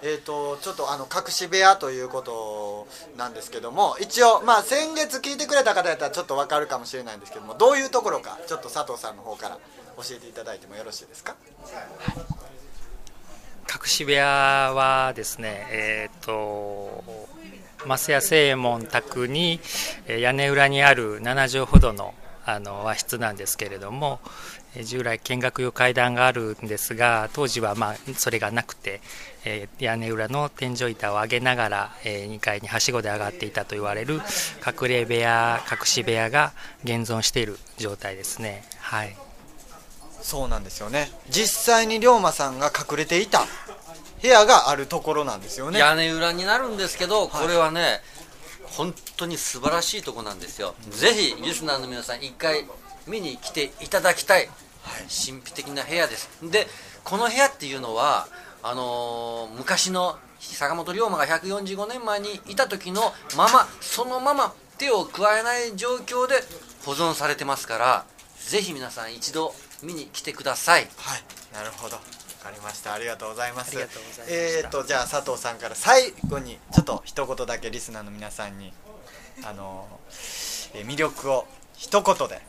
S4: えー、とちょっとあの隠し部屋ということなんですけども一応、まあ、先月聞いてくれた方やったらちょっと分かるかもしれないんですけどもどういうところかちょっと佐藤さんの方から教えていただいてもよろしいですか
S12: 隠し部屋はですねえっ、と増屋正右衛門宅にえー屋根裏にある7畳ほどのあの和室なんですけれどもえー従来見学用階段があるんですが当時はまあそれがなくて、えー屋根裏の天井板を上げながら、え2階にはしごで上がっていたと言われる隠れ部屋隠し部屋が現存している状態ですねはい
S4: そうなんですよね実際に龍馬さんが隠れていた部屋があるところなんですよね
S3: 屋根裏になるんですけど、これはね、本当に素晴らしいとこなんですよ、ぜひリスナーの皆さん、一回見に来ていただきたい、神秘的な部屋です。でこの部屋っていうのはあのー昔の坂本龍馬が145年前にいた時のままそのまま手を加えない状況で保存されてますからぜひ皆さん一度見に来てください
S4: はいなるほどわかりましたありがとうございます
S3: ありがとうございま
S4: えーとじゃあ佐藤さんから最後にちょっと一言だけリスナーの皆さんにあのーえー魅力を一言で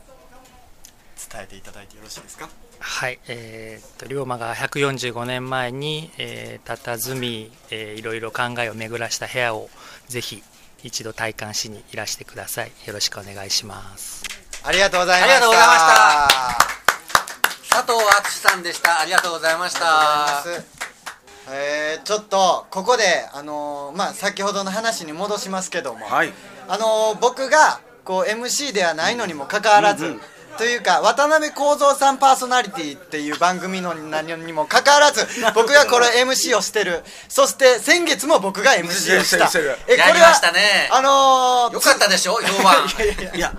S4: 伝えていただいてよろしいですか
S12: はい、えーっと龍馬が145年前に、えー、佇み、えーいろいろ考えを巡らした部屋をぜひ一度体感しにいらしてくださいよろしくお願いします
S4: ありがとうござい
S3: あ
S4: ま
S3: り
S4: した
S3: がとうございました佐藤敦さんでしたありがとうございました
S4: えーちょっとここで、あのーまあ、先ほどの話に戻しますけども、あのー僕がこう MC ではないのにもかかわらず、というか渡辺幸三さんパーソナリティっていう番組の何にもかかわらず僕がこれ MC をしてるそして先月も僕が MC をした
S3: してる
S4: えこれ
S3: やりましたね
S4: あのー
S3: よかったでしょ評判
S4: いやいやいやいや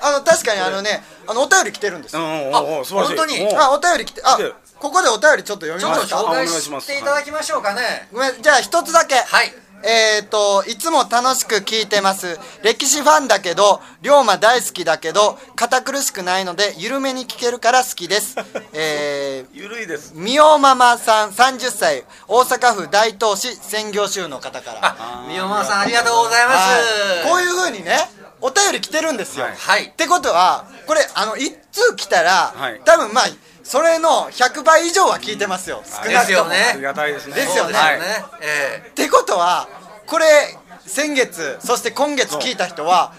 S4: あの確かにあのねあのお便り来てるんですよ、あ
S11: 素晴らし
S4: 本
S11: い
S4: 当に
S11: うん
S4: あお便り来てあここでお便りちょっと読みますか
S11: ちょっと紹介あお願いしますしていただ
S3: きましょうかね、
S4: ごめんじゃあ一つだけはいえー、といつも楽しく聞いてます歴史ファンだけど龍馬大好きだけど堅苦しくないので緩めに聞けるから好き です、えー、
S11: 緩いです
S4: みおママさん30歳大阪府大東市専業主婦の方から
S3: みおまさんありがとうございます
S4: はいこういうふうにねお便り来てるんですよ、ってことはこれあの1通来たら、多分まあそれの100倍以上は聞いてますよ、少なくとも
S11: ありがたいですね
S4: ですよね
S11: はい
S3: え
S4: ってことはこれ先月そして今月聞いた人は、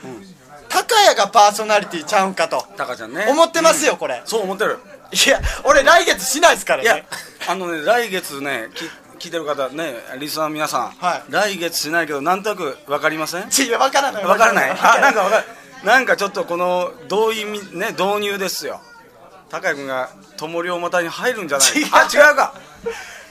S4: 高谷がパーソナリティちゃうんかと
S11: タカちゃんね
S4: 思ってますよ、これ
S11: そう思ってる
S4: いや俺来月しないですからね
S11: いやあのね来月ねき聞いてる方ねリスナーの皆さん、来月しないけどなんとなく分かりません
S4: いや分からない
S11: 分からない
S4: わから
S11: あ
S4: ない
S11: なんか分かるなんかちょっとこの導入みね導入ですよ高井君が友両またに入るんじゃないあ違うか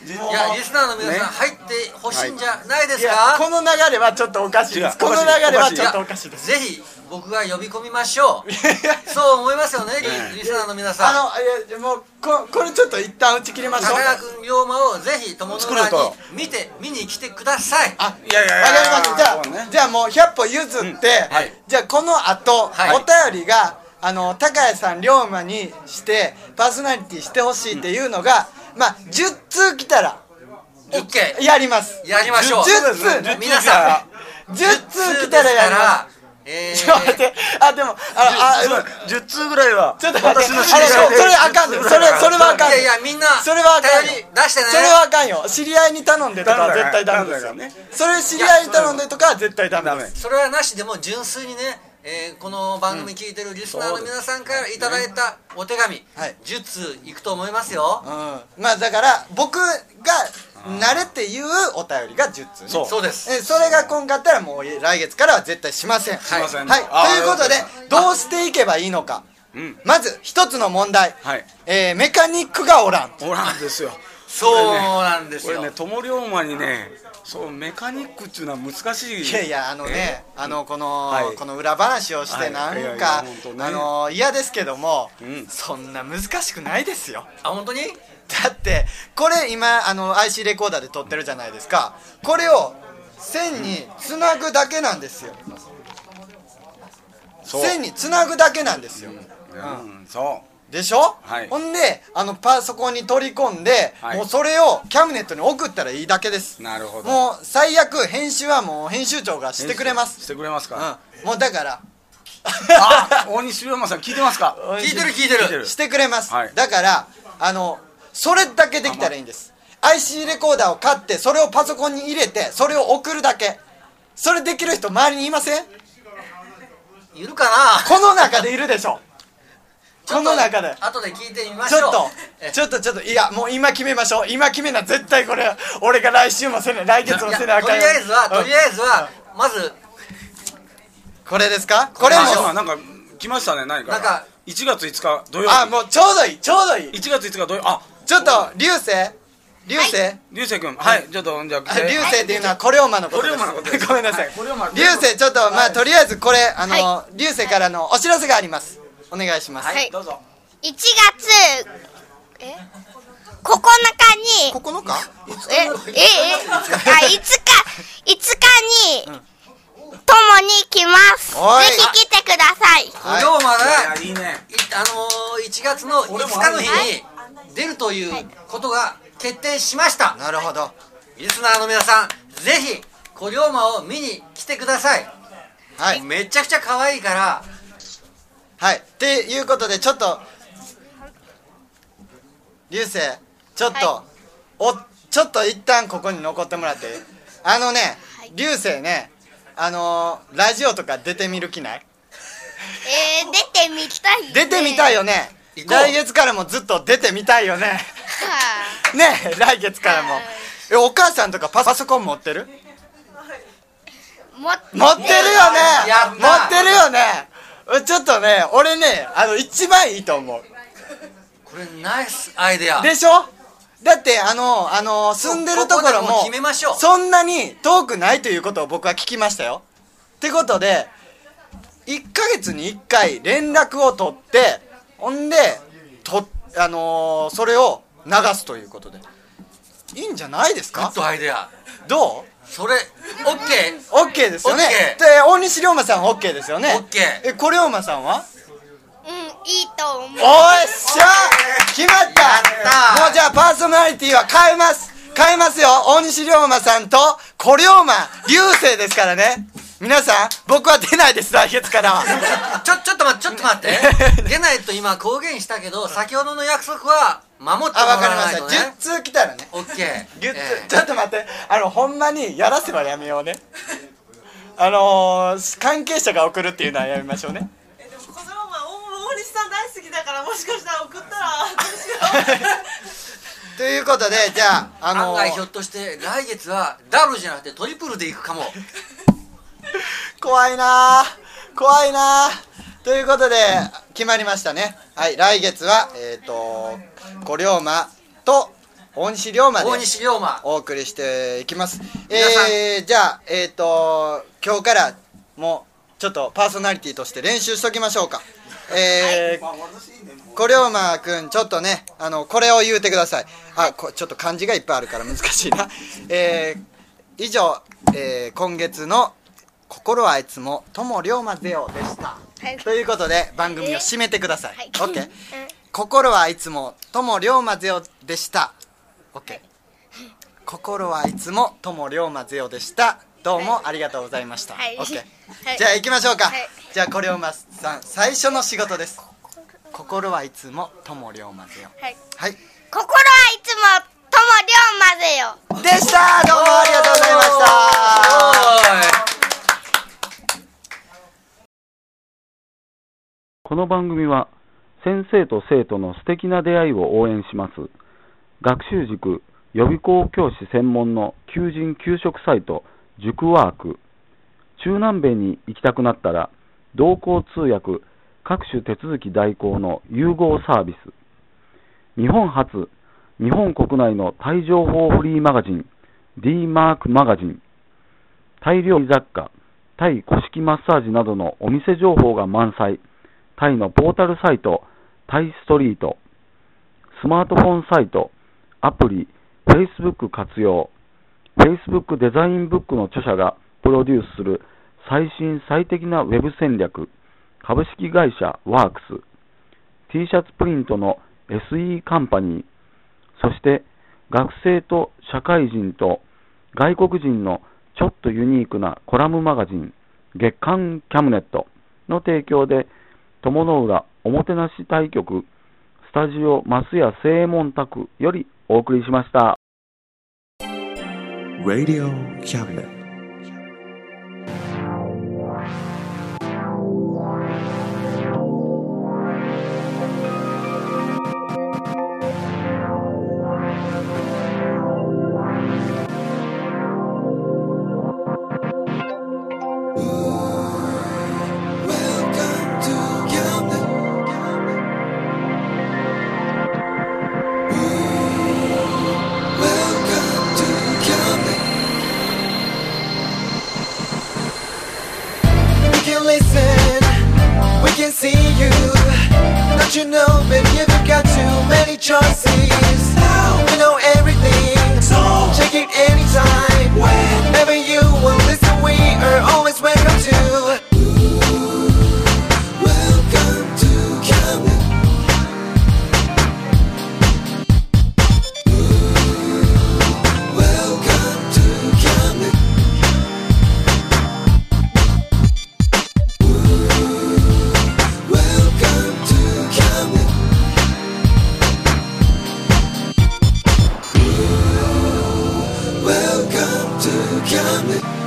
S3: いやリスナーの皆さん、
S11: ね
S3: 入ってほしいんじゃないです
S4: いや
S3: か、
S4: この流れはちょっとおかしいです
S3: 違う
S4: この流れはちょっと
S3: お
S4: おかしいです
S3: ぜひ僕が呼び込みましょうそう思いますよねリリスナーの皆さん
S4: あのいやもうここれちょっと一旦打ち切りましょう
S3: 高谷君龍馬をぜひ友の
S4: 作ると
S3: に見て見に来てください
S4: あ
S11: いやいやいや
S4: わかりましたじゃあ、じゃあもう100歩譲って、じゃあこの後、お便りがあの高谷さん龍馬にしてパーソナリティしてほしいっていうのが、まあ10通来たら
S3: OK
S4: やります
S3: やりましょう
S4: 10通
S3: 皆さ
S4: ん10通来たらやります
S3: え
S4: ちょっと待ってあでもああ
S11: 10通ぐらいは
S4: ちょっと待って
S11: 私の知
S4: あ
S11: り
S4: れそ
S11: 合いで
S4: れあかんねそれそれはあかんね
S3: いやいやみんな
S4: それはあかんよ
S3: 頼り出してね
S4: それはあかんよ知り合いに頼んでとかは絶対ダメですよ
S11: 頼んだか
S4: それ知り合いに頼んでとかは絶対ダメです
S3: それはなしでも純粋にね、えーこの番組聞いてるリスナーの皆さんからいただいたお手紙、10通いくと思いますよ、
S4: まあだから僕が慣れっていうお便りが10通ね
S3: そうそうです
S4: えそれが今回あったらもう来月からは絶対しませんし
S11: ません
S4: はい、
S11: あー
S4: ということでどうしていけばいいのか
S11: うん
S4: まず一つの問題、
S11: はい
S4: えーメカニックがおらん
S11: おらんですよ
S3: そうなんですよ
S11: これね友龍馬にねそうメカニックっていうのは難しい
S4: いやいやあのねあのこの、
S11: はい
S4: この裏話をしてなん
S11: はいいやいや
S4: か、
S11: 本当ね
S4: あの嫌ですけども、そんな難しくないですよ
S3: あ本当に
S4: だってこれ今あの IC レコーダーで撮ってるじゃないですかこれを線につなぐだけなんですよ
S11: そう
S4: 線につなぐだけなんですよ、
S11: うん、そ
S4: でしょ、
S11: はい
S4: ほんであのパソコンに取り込んで、
S11: はい
S4: もうそれをキャムネットに送ったらいいだけです
S11: うなるほど
S4: もう最悪編集はもう編集長がしてくれます
S11: してくれますか、
S4: もうだから
S11: あ大西龍馬さん聞いてますか
S3: 聞いてる聞いてる
S4: してくれます、だからあのそれだけできたらいいんです IC レコーダーを買ってそれをパソコンに入れてそれを送るだけそれできる人周りにいません
S3: いるかな
S4: この中でいるでしょこの中で
S3: 後で聞いてみまし
S4: ちょっ
S3: ょう
S4: とちょっとちょっといやもう今決めましょう今決めな絶対これ俺が来週もせな来月も
S3: いや
S4: せなあ
S3: と
S4: かん
S3: りあえずは
S4: うん
S3: とりあえずは、まず
S4: これですかこれも
S11: なんか来ましたね何か
S3: なんか
S11: 1月5日土曜日
S4: あもうちょうどいいちょうどいい
S11: 1月5日土曜あ
S4: ちょっと流星流星
S11: 流星君はいちょっとじゃあ
S4: あ流星っていうのはコレオマのことです
S11: コレオマのこと
S4: ごめんなさい
S11: コレオマ
S4: 流星ちょっとまあとりあえずこれあの
S5: は
S4: 流星からのお知らせがありますお願いし ます
S5: はい
S4: どうぞ
S5: 1月え9日に
S4: 9日
S5: えええあ5日5日に、ともに来ますぜ
S3: おい
S5: ひ来てください
S3: はい龍馬が
S11: いいね
S3: いあのー、1月の5日の日に出るということが決定しました
S4: なるほど
S3: リスナーの皆さんぜひ小龍馬を見に来てください
S4: はい
S3: めちゃくちゃ可愛いから
S4: はいっていうことでちょっと流星ちょっと、おちょっと一旦ここに残ってもらっていいあのね流星ねあのーラジオとか出てみる気ない
S5: えー、出てみたい
S4: 出てみたいよね
S5: こう
S4: 来月からもずっと出てみたいよねね来月からもえお母さんとかパパソコン持ってる
S5: 持って
S4: 持ってるよね
S5: やっ
S4: 持
S5: た
S4: ってるよねちょっとね俺ねあの一番いいと思う
S3: これナイスアイデア
S4: でしょだってあのあの住んでるところ
S3: ここでもう
S4: も
S3: 決めましょう
S4: そんなに遠くないということを僕は聞きましたよってことで1ヶ月に1回連絡を取ってほんでとあのーそれを流すということでいいんじゃないですか
S3: グッドアイデア
S4: どう
S3: それオッケー
S4: オッケーですよね
S3: オッケ
S4: で大西龍馬さんオッケーですよねオッケーえ小龍馬さんは
S5: うんいいと思
S4: おー
S5: う
S4: っしゃ決まったもうじゃあパーソナリティは変えます変えますよ大西龍馬さんと小龍馬流星ですからね皆さん僕は出ないです来月からは
S3: ちょちょ っと待ってちょっと待って 出ないと今公言したけど先ほどの約束は守ってもらわないと
S4: あわか
S3: ね
S4: りました10通来たらね
S3: オッケー
S4: ギュッとちょっと待ってあのほんまにやらせばやめようねあのー、関係者が送るっていうのはやめましょうね
S6: 小沢は大大西さん大好きだからもしかしたら送った ら私が
S4: ということでじゃああのー
S3: 案外ひょっとして来月はダブルじゃなくてトリプルでいくかも
S4: 怖いなあ怖いなあということで決まりましたねはい来月はえっ、と小龍馬と大西龍馬で
S3: 大西龍馬
S4: お送りしていきます
S3: 皆さん
S4: えー、じゃあえっ、と今日からもうちょっとパーソナリティとして練習しときましょうかえー小龍馬くんちょっとねあのこれを言うてくださいあこちょっと漢字がいっぱいあるから難しいなえー、以上、えー今月の「心はいつも友龍馬ゼオ」でした、ということで番組を締めてください、オッケー心はいつも友龍馬ゼオでしたオッケー心はいつも友龍馬ゼオでしたどうもありがとうございました、
S5: はい
S4: オッケー
S5: はい
S4: じゃあ行きましょうか、
S5: はい
S4: じゃあ小龍馬さん最初の仕事です心はいつも友龍馬ゼオ
S5: はい
S4: はい
S5: 心はいつもとも龍馬ぜよ
S4: でしたどうもありがとうございました
S2: この番組は先生と生徒の素敵な出会いを応援します学習塾予備校教師専門の求人・給食サイト塾ワーク中南米に行きたくなったら同行通訳各種手続き代行の融合サービス日本初日本国内のタイ情報フリーマガジン d マークマガジンタイ料理雑貨タイ古式マッサージなどのお店情報が満載タイのポータルサイト、タイストリート、スマートフォンサイト、アプリ、Facebook 活用、Facebook デザインブックの著者がプロデュースする最新最適なウェブ戦略、株式会社ワークス、T シャツプリントの SE カンパニー、そして学生と社会人と外国人のちょっとユニークなコラムマガジン、月刊キャムネットの提供で、友の浦おもてなし対局スタジオ増屋正門宅よりお送りしました。
S1: Radio Cabinet.
S13: Welcome to Camden.
S4: can listen, we can see you. Don't you know, baby, you've got too many choices. We know everything, so check it anytime. Whenever you will listen, we are always welcome to. Welcome to Camden. Welcome to Camden. Welcome to Camden. Welcome to Camden.